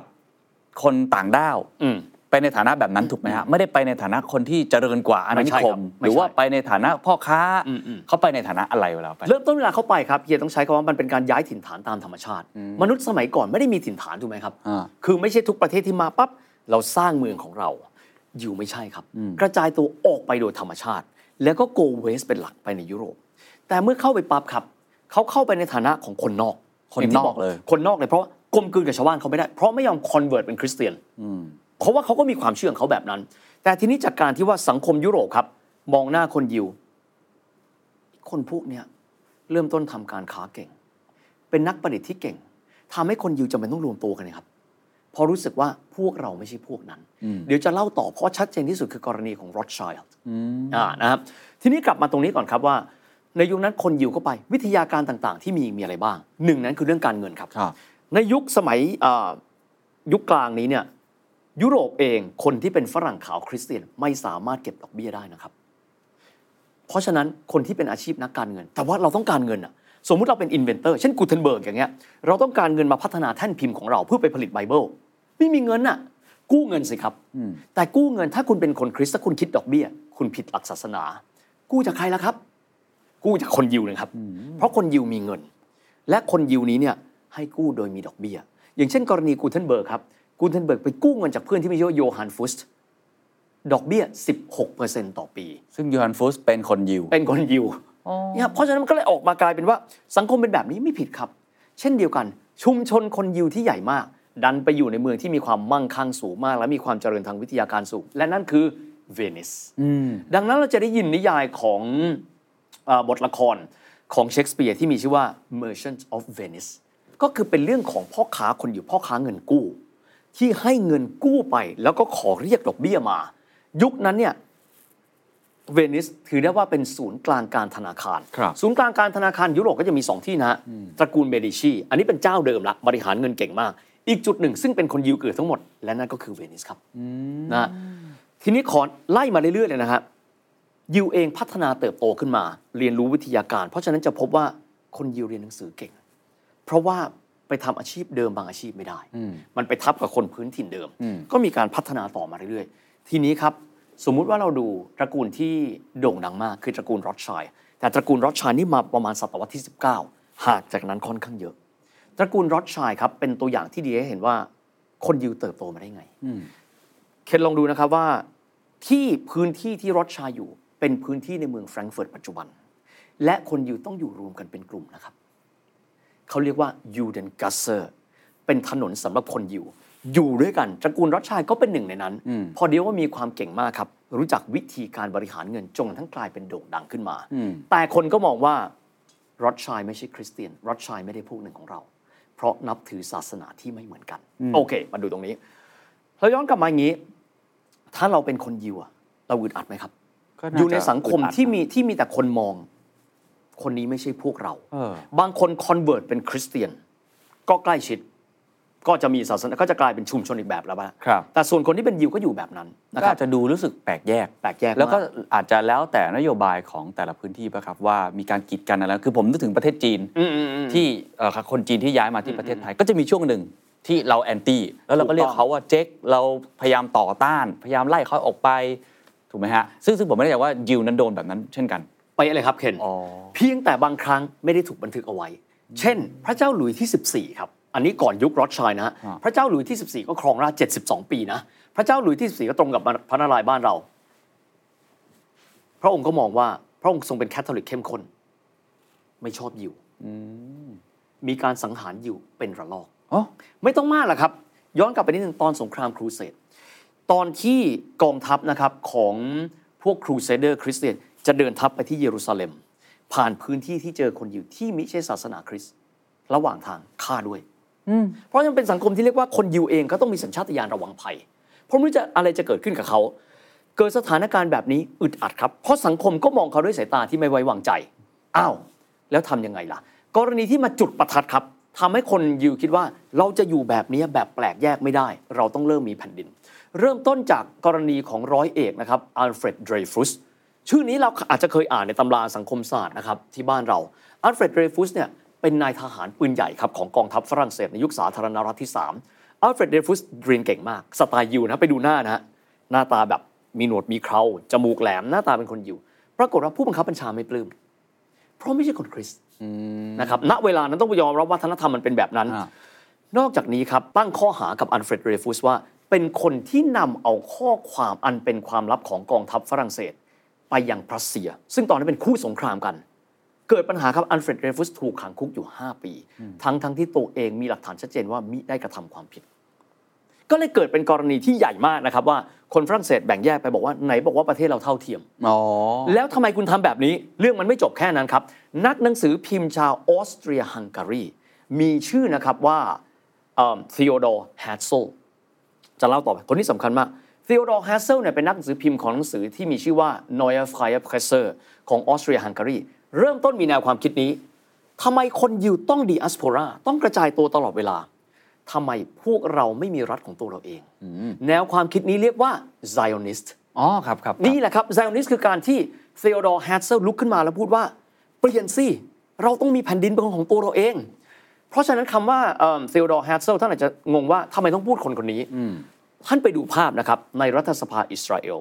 คนต่างด้าว อืม ไปในฐานะแบบนั้นถูกไหมฮะไม่ได้ไปในฐานะคนที่เจริญกว่าอาณานิ ไม่ใช่ ค ครั ม บไม่ใช่ หรือว่าไปในฐานะพ่อค้า อืมอืม เขาไปในฐานะอะไรเวลาไป เริ่มต้นเวลาเข้าไปครับเฮียต้องใช้คำว่ามันเป็นการย้ายถิ่นฐานตามธรรมชาติ มนุษย์สมัยก่อนไม่ได้มีถิ่นฐานถูกไหมครับ อ่า คือไม่ใช่ทุกประเทศที่มาปั๊บเราสร้างเมืองของเราอยู่ไม่ใช่ครับ กระจายตัวออกไปโดยธรรมชาติ แล้วก็ go west เป็นหลักไปในยุโรป แต่เมื่อเข้าไปปั๊บครับเขาเข้าไปในฐานะของคนนอก คน ย่างที่ นอก บ เลย คนนอกเลยเพราะว่ากลมกลืนกับชาวบ้านเขาไม่ได้เพราะไม่ยอม convert เป็นคริสเตียน เพราะว่าเขาก็มีความเชื่อของเขาแบบนั้น แต่ทีนี้จากการที่ว่าสังคมยุโรปครับ มองหน้าคนยิว คนพวกเนี้ยเริ่มต้นทำการค้าเก่ง เป็นนักประดิษฐ์ที่เก่งทำให้คนยิวจำเป็นต้องรวมตัวกันนะครับ เพราะรู้สึกว่าพวกเราไม่ใช่พวกนั้น เดี๋ยวจะเล่าต่อเพราะชัดเจนที่สุดคือกรณีของโรดชัยล์อ่านะครับ ทีนี้กลับมาตรงนี้ก่อนครับว่า ในยุคนั้นคนยิวก็ไปวิทยาการต่างๆ ที่มีมีอะไรบ้างหนึ่งนั้นคือเรื่องการเงินครับ ครับ ในยุคสมัยอ่ายุคกลางนี้เนี่ยยุโรปเองคนที่เป็นฝรั่งขาวคริสเตียนไม่สามารถเก็บดอกเบี้ยได้นะครับ เพราะฉะนั้นคนที่เป็นอาชีพนักการเงิน แต่ว่าเราต้องการเงินอะสมมุติเราเป็นอินเวนเตอร์เช่นกูเทนเบิร์กอย่างเงี้ยเราต้องการเงินมาพัฒนาแท่นพิมพ์ของเราเพื่อไปผลิตไบเบิลไม่มีเงินอะกู้เงินสิครับ แต่กู้เงินถ้าคุณเป็นคนคริสต์ถ้าคุณคิดดอกเบี้ย คุณผิดหลักศาสนา กู้จากใครล่ะครับ กู้จากคนยิวนะครับ เพราะคนยิวมีเงิน และคนยิวนี้เนี่ยให้กู้โดยมีดอกเบี้ย อย่างเช่น กรณีกูเทนเบิร์กครับกูเทนเบิร์กไปกู้เงินจากเพื่อนที่มีชื่อว่าโยฮันฟุสต์ดอกเบี้ย 16%ต่อปี ซึ่งยูฮันฟุสเป็นคนยิว เป็นคนยิวเนี่ยเพราะฉะนั้นมันก็เลยออกมากลายเป็นว่าสังคมเป็นแบบนี้ไม่ผิดครับ เช่นเดียวกัน ชุมชนคนยิวที่ใหญ่มาก ดันไปอยู่ในเมืองที่มีความมั่งคั่งสูงมาก และมีความเจริญทางวิทยาการสูง และนั่นคือเวนิส ดังนั้นเราจะได้ยินนิยายของเออบทละครของเชคสเปียร์ที่มีชื่อว่า Merchant of Venice ก็คือเป็นเรื่องของพ่อค้าคนอยู่พ่อค้าเงินกู้ ที่ให้เงินกู้ไปแล้วก็ขอเรียกดอกเบี้ยมา ยุคนั้นเนี่ยเวนิสถือได้ว่าเป็นศูนย์กลางการธนาคาร ครับ ศูนย์กลางการธนาคารยุโรปก็จะมี 2 ที่นะฮะตระกูลเมดิชี อันนี้เป็นเจ้าเดิมละบริหารเงินเก่งมาก อีกจุดหนึ่งซึ่งเป็นคนยิวเกิดทั้งหมด และนั่นก็คือเวนิสครับนะฮะทีนี้ขอไล่มาเรื่อยๆเลยนะครับ ยิวเองพัฒนาเติบโตขึ้นมา เรียนรู้วิทยาการ เพราะฉะนั้นจะพบว่าคนยิวเรียนหนังสือเก่ง เพราะว่าไปทำอาชีพเดิมบางอาชีพไม่ได้ มันไปทับกับคนพื้นถิ่นเดิม ก็มีการพัฒนาต่อมาเรื่อยๆ ทีนี้ครับ สมมุติว่าเราดูตระกูลที่โด่งดังมากคือตระกูลโรอดชัยด์แต่ตระกูลโรอดชัยด์นี่มาประมาณศตวรรษที่ 19ห่างจากนั้นค่อนข้างเยอะ ตระกูลโรอดชัยด์ครับเป็นตัวอย่างที่ดีให้เห็นว่าคนยิวเติบโตมาได้ไง เคนลองดูนะครับว่าที่พื้นที่ที่รถชาอยู่เป็นพื้นที่ในเมืองแฟรงก์เฟิร์ตปัจจุบัน และคนอยู่ต้องอยู่รวมกันเป็นกลุ่มนะครับ เขาเรียกว่ายูเดนกัสเซอร์เป็นถนนสำหรับคนอยู่ อยู่ด้วยกันตระกูลรัชชายก็เป็นหนึ่งในนั้น พอเดียวว่ามีความเก่งมากครับ รู้จักวิธีการบริหารเงินจนกระทั้งกลายเป็นโด่งดังขึ้นมา แต่คนก็มองว่ารัชชายไม่ใช่คริสเตียนรัชชายไม่ได้พวกหนึ่งของเรา เพราะนับถือศาสนาที่ไม่เหมือนกัน โอเค มาดูตรงนี้เราย้อนกลับมาอย่างนี้ ถ้าเราเป็นคนยิวอะเราอึดอัดไหมครับ ก็าจะ อยู่ในสังคม อึดอัด ที่มีที่มีแต่คนมอง คนนี้ไม่ใช่พวกเรา เออ บางคนคอนเวิร์ตเป็นคริสเตียน ก็ใกล้ชิด ก็จะมีศาสนาก็จะกลายเป็นชุมชนอีกแบบแล้วบ้าง ครับ แต่ส่วนคนที่เป็นยิวก็อยู่แบบนั้นนะ ก็ ครับ อาจจะดูรู้สึกแปลกแยก แปลกแยกมาก แล้วก็อาจจะแล้วแต่นโยบายของแต่ละพื้นที่ป่ะครับว่ามีการกีดกันอะไร คือผมนึกถึงประเทศจีนที่เอ่อคนจีนที่ย้ายมาที่ประเทศไทย ก็จะมีช่วงหนึ่งที่เราแอนตี้แล้วเราก็เรียกเขาว่าเจ๊กเราพยายามต่อต้าน พยายามไล่เขาออกไปถูกไหมฮะซึ่งซึ่งผมไม่แน่ใจว่ายิวนั้นโดนแบบนั้นเช่นกัน ไปเลยครับเคน อ๋อ เพียงแต่บางครั้งไม่ได้ถูกบันทึกเอาไว้ เช่น พระเจ้าหลุยที่ 14 ครับ อันนี้ก่อนยุครอดชัยนะฮะพระเจ้าหลุยที่ 14 ก็ครองราช72 ปีนะ พระเจ้าหลุยที่ 14 ก็ตรงกับพระนารายณ์บ้านเรา พระองค์ก็มองว่าพระองค์ทรงเป็นแคทอลิกเข้มข้นไม่ชอบยิวมีการสังหารยิวเป็นระลอก อ๋อ ไม่ต้องมากหรอกครับ ย้อนกลับไปนิดนึงตอนสงครามครูเสดตอนที่กองทัพนะครับของพวกครูเซเดอร์คริสเตียน จะเดินทัพไปที่เยรูซาเล็ม ผ่านพื้นที่ที่เจอคนอยู่ที่มิใช่ศาสนาคริสต์ระหว่างทางฆ่าด้วยเพราะยังเป็นสังคมที่เรียกว่าคนยิวเองก็ต้องมีสัญชาตญาณระวังภัย เพราะไม่รู้จะอะไรจะเกิดขึ้นกับเขา เกิดสถานการณ์แบบนี้อึดอัดครับ เพราะสังคมก็มองเขาด้วยสายตาที่ไม่ไว้วางใจ อ้าว แล้วทำยังไงล่ะ กรณีที่มาจุดประทัดครับทำให้คนยิวคิดว่าเราจะอยู่แบบนี้แบบแปลกแยกไม่ได้ เราต้องเริ่มมีแผ่นดิน เริ่มต้นจากกรณีของร้อยเอกนะครับอัลเฟรดเดรฟุส ชื่อนี้เราอาจจะเคยอ่านในตำราสังคมศาสตร์นะครับที่บ้านเราอัลเฟรดเดรฟุสเนี่ยเป็นนายทหารปืนใหญ่ครับของกองทัพฝรั่งเศสในยุคสาธารณรัฐที่ 3อัลเฟรดเดรฟุสเรียนเก่งมากสไตล์ยิวนะไปดูหน้านะฮะหน้าตาแบบมีหนวดมีเคราจมูกแหลมหน้าตาเป็นคนยิวปรากฏว่าผู้บังคับบัญชาไม่ปลื้มเพราะไม่ใช่คนคริสต์นะครับณเวลานั้นต้องยอมรับวัฒนธรรมมันเป็นแบบนั้น อ่า นอกจากนี้ครับ ตั้งข้อหากับอันเฟรดเรฟูสว่า เป็นคนที่นำเอาข้อความอันเป็นความลับของกองทัพฝรั่งเศส ไปยังพรัสเซีย ซึ่งตอนนั้นเป็นคู่สงครามกัน เกิดปัญหาครับอันเฟรดเรฟูสถูกขังคุกอยู่ 5 ปี ทั้งทั้งที่ตัวเองมีหลักฐานชัดเจนว่ามิได้กระทำความผิด ก็เลยเกิดเป็นกรณีที่ใหญ่มากนะครับว่าคนฝรั่งเศสแบ่งแยกไปบอกว่าไหนบอกว่าประเทศเราเท่าเทียม อ๋อ แล้วทำไมคุณทำแบบนี้ เรื่องมันไม่จบแค่นั้นครับ นักหนังสือพิมพ์ชาวออสเตรียฮังการี มีชื่อนะครับว่าธีโอดอร์แฮตเซลจะเล่าต่อไปคนนี้สำคัญมากธีโอดอร์แฮตเซลเนี่ยเป็นนักหนังสือพิมพ์ของหนังสือที่มีชื่อว่า Neue Freie Presse ของออสเตรียฮังการี เริ่มต้นมีแนวความคิดนี้ทำไมคนยิวต้องดีอัสโพราต้องกระจายตัวตลอดเวลาทำไมพวกเราไม่มีรัฐของตัวเราเอง แนวความคิดนี้เรียกว่า Zionist อ๋อครับครับครับ นี่แหละครับไซออนิสคือการที่เซโอดอร์แฮตเซลลุกขึ้นมาแล้วพูดว่า เปลี่ยนสิ เราต้องมีแผ่นดินเป็นของตัวเราเอง เพราะฉะนั้นคำว่าเซโอดอร์แฮตเซลท่านอาจจะงงว่าทำไมต้องพูดคนคนนี้ ท่านไปดูภาพนะครับ ในรัฐสภาอิสราเอล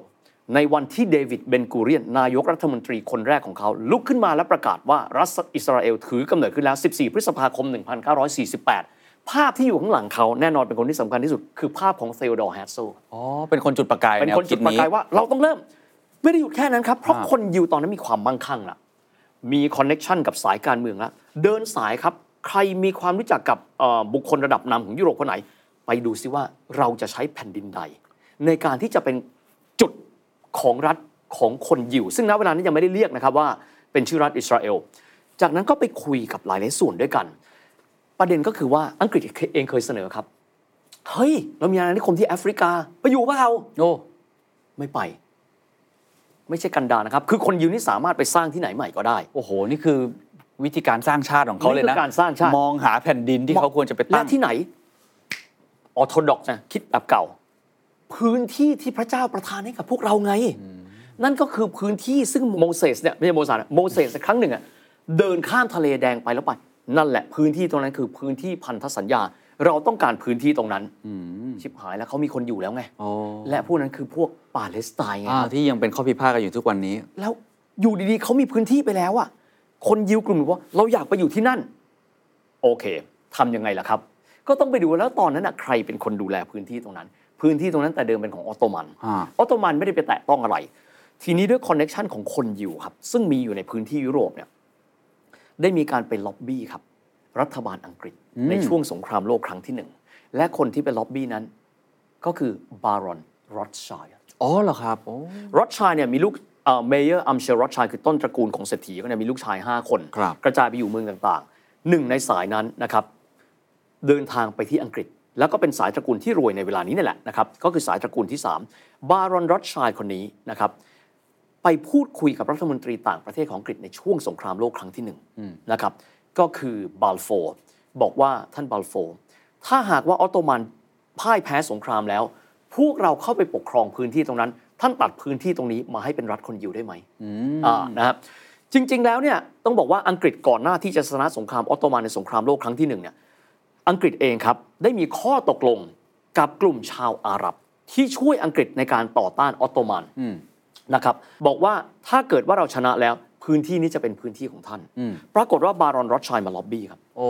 ในวันที่เดวิดเบนกูเรียน นายกรัฐมนตรีคนแรกของเขา ลุกขึ้นมาและประกาศว่ารัฐอิสราเอลถือกำเนิดขึ้นแล้ว 14 พฤษภาคม 1948 ภาพที่อยู่ข้างหลังเขาแน่นอนเป็นคนที่สำคัญที่สุดคือภาพของเซโอดอร์แฮตเซล อ๋อเป็นคนจุดประกาย เป็นคนจุดประกายว่าเราต้องเริ่ม ไม่ได้หยุดแค่นั้นครับ เพราะคนยิวตอนนั้นมีความมั่งคั่งละมีคอนเน็ชันกับสายการเมืองละเดินสายครับ ใครมีความรู้จักกับเอ่อบุคคลระดับนำของยุโรปคนไหน ไปดูซิว่าเราจะใช้แผ่นดินใด ในการที่จะเป็นจุดของรัฐของคนยิว ซึ่งณเวลานั้นยังไม่ได้เรียกนะครับว่าเป็นชื่อรัฐอิสราเอล จากนั้นก็ไปคุยกับหลายๆส่วนด้วยกัน ประเด็นก็คือว่าอังกฤษเองเคยเสนอครับเฮ้ยเรามีอาณานิคมที่แอฟริกาไปอยู่เปล่า โอ้ ไม่ไป ไม่ใช่กันดารนะครับ คือคนยิวนี่สามารถไปสร้างที่ไหนใหม่ก็ได้ โอ้โห นี่คือวิธีการสร้างชาติของเขาเลย นี่ นะ คือการสร้างชาติ มองหาแผ่นดินที่เขาควรจะไปตั้ และ ง ที่ไหนออโทดอกนะคิดแบบเก่า พื้นที่ที่พระเจ้าประทานให้กับพวกเราไง นั่นก็คือพื้นที่ซึ่งโมเสสเนี่ยไม่ใช่โมซานะโมเสสครั้งหนึ่งอะเดินข้ามทะเลแดงไปแล้วไป นั่นแหละพื้นที่ตรงนั้นคือพื้นที่พันธสัญญา เราต้องการพื้นที่ตรงนั้นชิบหายแล้วเขามีคนอยู่แล้วไง โอ้ และพวกนั้นคือพวกปาเลสไตน์ไงค อ่า รับ ที่ยังเป็นข้อพิพาทกันอยู่ทุกวันนี้ แล้วอยู่ดีๆ เขามีพื้นที่ไปแล้วอะคนยิวกลุ่มหนึ่งบอกว่าเราอยากไปอยู่ที่นั่น โอเคทำยังไงล่ะครับ ก็ต้องไปดูแล้วตอนนั้นอะใครเป็นคนดูแลพื้นที่ตรงนั้น พื้นที่ตรงนั้นแต่เดิมเป็นของออตโตมัน อ่า ออตโตมันไม่ได้ไปแตะต้องอะไร ทีนี้ด้วยคอนเน็ชันของคนยิวครับ ซึ่งมีอยู่ในพื้นที่ยุโรปเนี่ยได้มีการไปล็อบบี้ครับ รัฐบาลอังกฤษในช่วงสงครามโลกครั้งที่หนึ่ง และคนที่ไปล็อบบี้นั้น ก็คือบารอนรอดชัย อ๋อเหรอครับโอ้ รอดชัยเนี่ยมีลูกเมเยอร์อัมเชลรอดชัยคือต้นตระกูลของเศรษฐีก็เนี่ยมีลูกชาย 5 คน ครับ กระจายไปอยู่เมืองต่างๆ หนึ่งในสายนั้นนะครับ เดินทางไปที่อังกฤษ แล้วก็เป็นสายตระกูลที่รวยในเวลานี้นี่แหละนะครับ ก็คือสายตระกูลที่ 3 บารอนรอดชัยคนนี้นะครับ ไปพูดคุยกับรัฐมนตรีต่างประเทศของอังกฤษในช่วงสงครามโลกครั้งที่หนึ่งนะครับ ก็คือบาลโฟร์บอกว่าท่านบาลโฟร์ถ้าหากว่าออตโตมันพ่ายแพ้สงครามแล้ว พวกเราเข้าไปปกครองพื้นที่ตรงนั้น ท่านตัดพื้นที่ตรงนี้มาให้เป็นรัฐคนยิวได้ไหม อ่านะครับจริงๆ แล้วเนี่ยต้องบอกว่าอังกฤษก่อนหน้าที่จะชนะสงครามออตโตมันในสงครามโลกครั้งที่หนึ่งเนี่ยอังกฤษเองครับ ได้มีข้อตกลงกับกลุ่มชาวอาหรับ ที่ช่วยอังกฤษในการต่อต้านออตโตมันนะครับบอกว่าถ้าเกิดว่าเราชนะแล้วพื้นที่นี้จะเป็นพื้นที่ของท่าน ปรากฏว่าบารอนรอดชัยมาล็อบบี้ครับ โอ้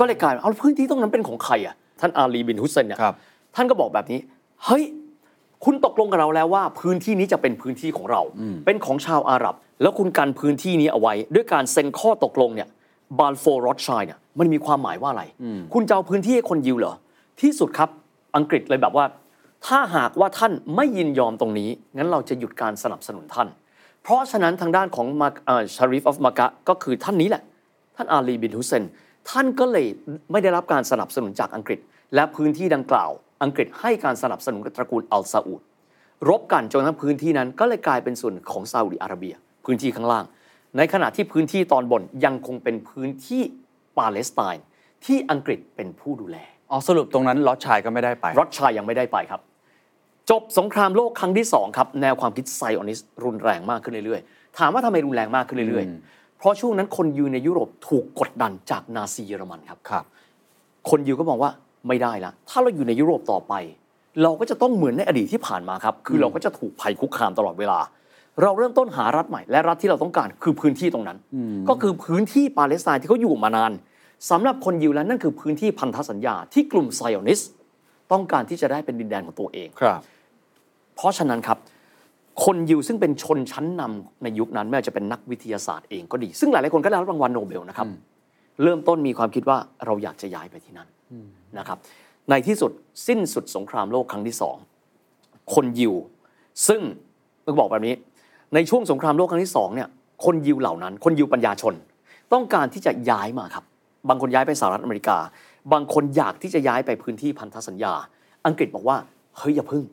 ก็เลยกลายเป็นเอาพื้นที่ตรงนั้นเป็นของใครอ่ะท่านอาลีบินฮุสเซนเนี่ย ครับ ท่านก็บอกแบบนี้ เฮ้ย คุณตกลงกับเราแล้วว่า พื้นที่นี้จะเป็นพื้นที่ของเรา เป็นของชาวอาหรับ แล้วคุณกันพื้นที่นี้เอาไว้ ด้วยการเซ็นข้อตกลงเนี่ยบาลโฟรอดชัยเนี่ยมันมีความหมายว่าอะไร คุณจะเอาพื้นที่ให้คนยิวเหรอ ที่สุดครับอังกฤษเลยแบบว่า ถ้าหากว่าท่านไม่ยินยอมตรงนี้ งั้นเราจะหยุดการสนับสนุนท่าน เพราะฉะนั้นทางด้านของมาชาริฟออฟมากะก็คือท่านนี้แหละ ท่านอาลีบินฮุเซน ท่านก็เลยไม่ได้รับการสนับสนุนจากอังกฤษ และพื้นที่ดังกล่าว อังกฤษให้การสนับสนุนกับตระกูลอัลซาอุดรบกันจนทั้งพื้นที่นั้นก็เลยกลายเป็นส่วนของซาอุดิอาระเบีย พื้นที่ข้างล่าง ในขณะที่พื้นที่ตอนบนยังคงเป็นพื้นที่ปาเลสไตน์ที่อังกฤษเป็นผู้ดูแล อ๋อสรุปตรงนั้นล็อตชายก็ไม่ได้ไป รัชชายังไม่ได้ไปครับ จบสงครามโลกครั้งที่ 2 ครับ แนวความคิดไซออนิสต์รุนแรงมากขึ้นเรื่อยๆ ถามว่าทำไมรุนแรงมากขึ้นเรื่อยๆ เพราะช่วงนั้นคนยิวในยุโรปถูกกดดันจากนาซีเยอรมันครับ ครับ คนยิวก็มองว่าไม่ได้ละถ้าเราอยู่ในยุโรปต่อไป เราก็จะต้องเหมือนในอดีตที่ผ่านมาครับ คือเราก็จะถูกภัยคุกคามตลอดเวลา เราเริ่มต้นหารัฐใหม่ และรัฐที่เราต้องการคือพื้นที่ตรงนั้น ก็คือพื้นที่ปาเลสไตน์ที่เขาอยู่มานานสำหรับคนยิวแล้วนั่นคือพื้นที่พันธสัญญาที่กลุ่มไซออนิสต์ต้องการที่จะได้เป็นดินแดนของตัวเอง ครับ เพราะฉะนั้นครับ คนยิวซึ่งเป็นชนชั้นนำในยุคนั้นไม่ว่าจะเป็นนักวิทยาศาสตร์เองก็ดี ซึ่งหลายๆคนก็ได้รับรางวัลโนเบลนะครับ เริ่มต้นมีความคิดว่าเราอยากจะย้ายไปที่นั่นนะครับ ในที่สุดสิ้นสุดสงครามโลกครั้งที่สองคนยิว ซึ่งต้องบอกแบบนี้ ในช่วงสงครามโลกครั้งที่สองเนี่ยคนยิวเหล่านั้น คนยิวปัญญาชน ต้องการที่จะย้ายมาครับ บางคนย้ายไปสหรัฐอเมริกา บางคนอยากที่จะย้ายไปพื้นที่พันธสัญญา อังกฤษบอกว่าเฮ้ยอย่าพึ่ง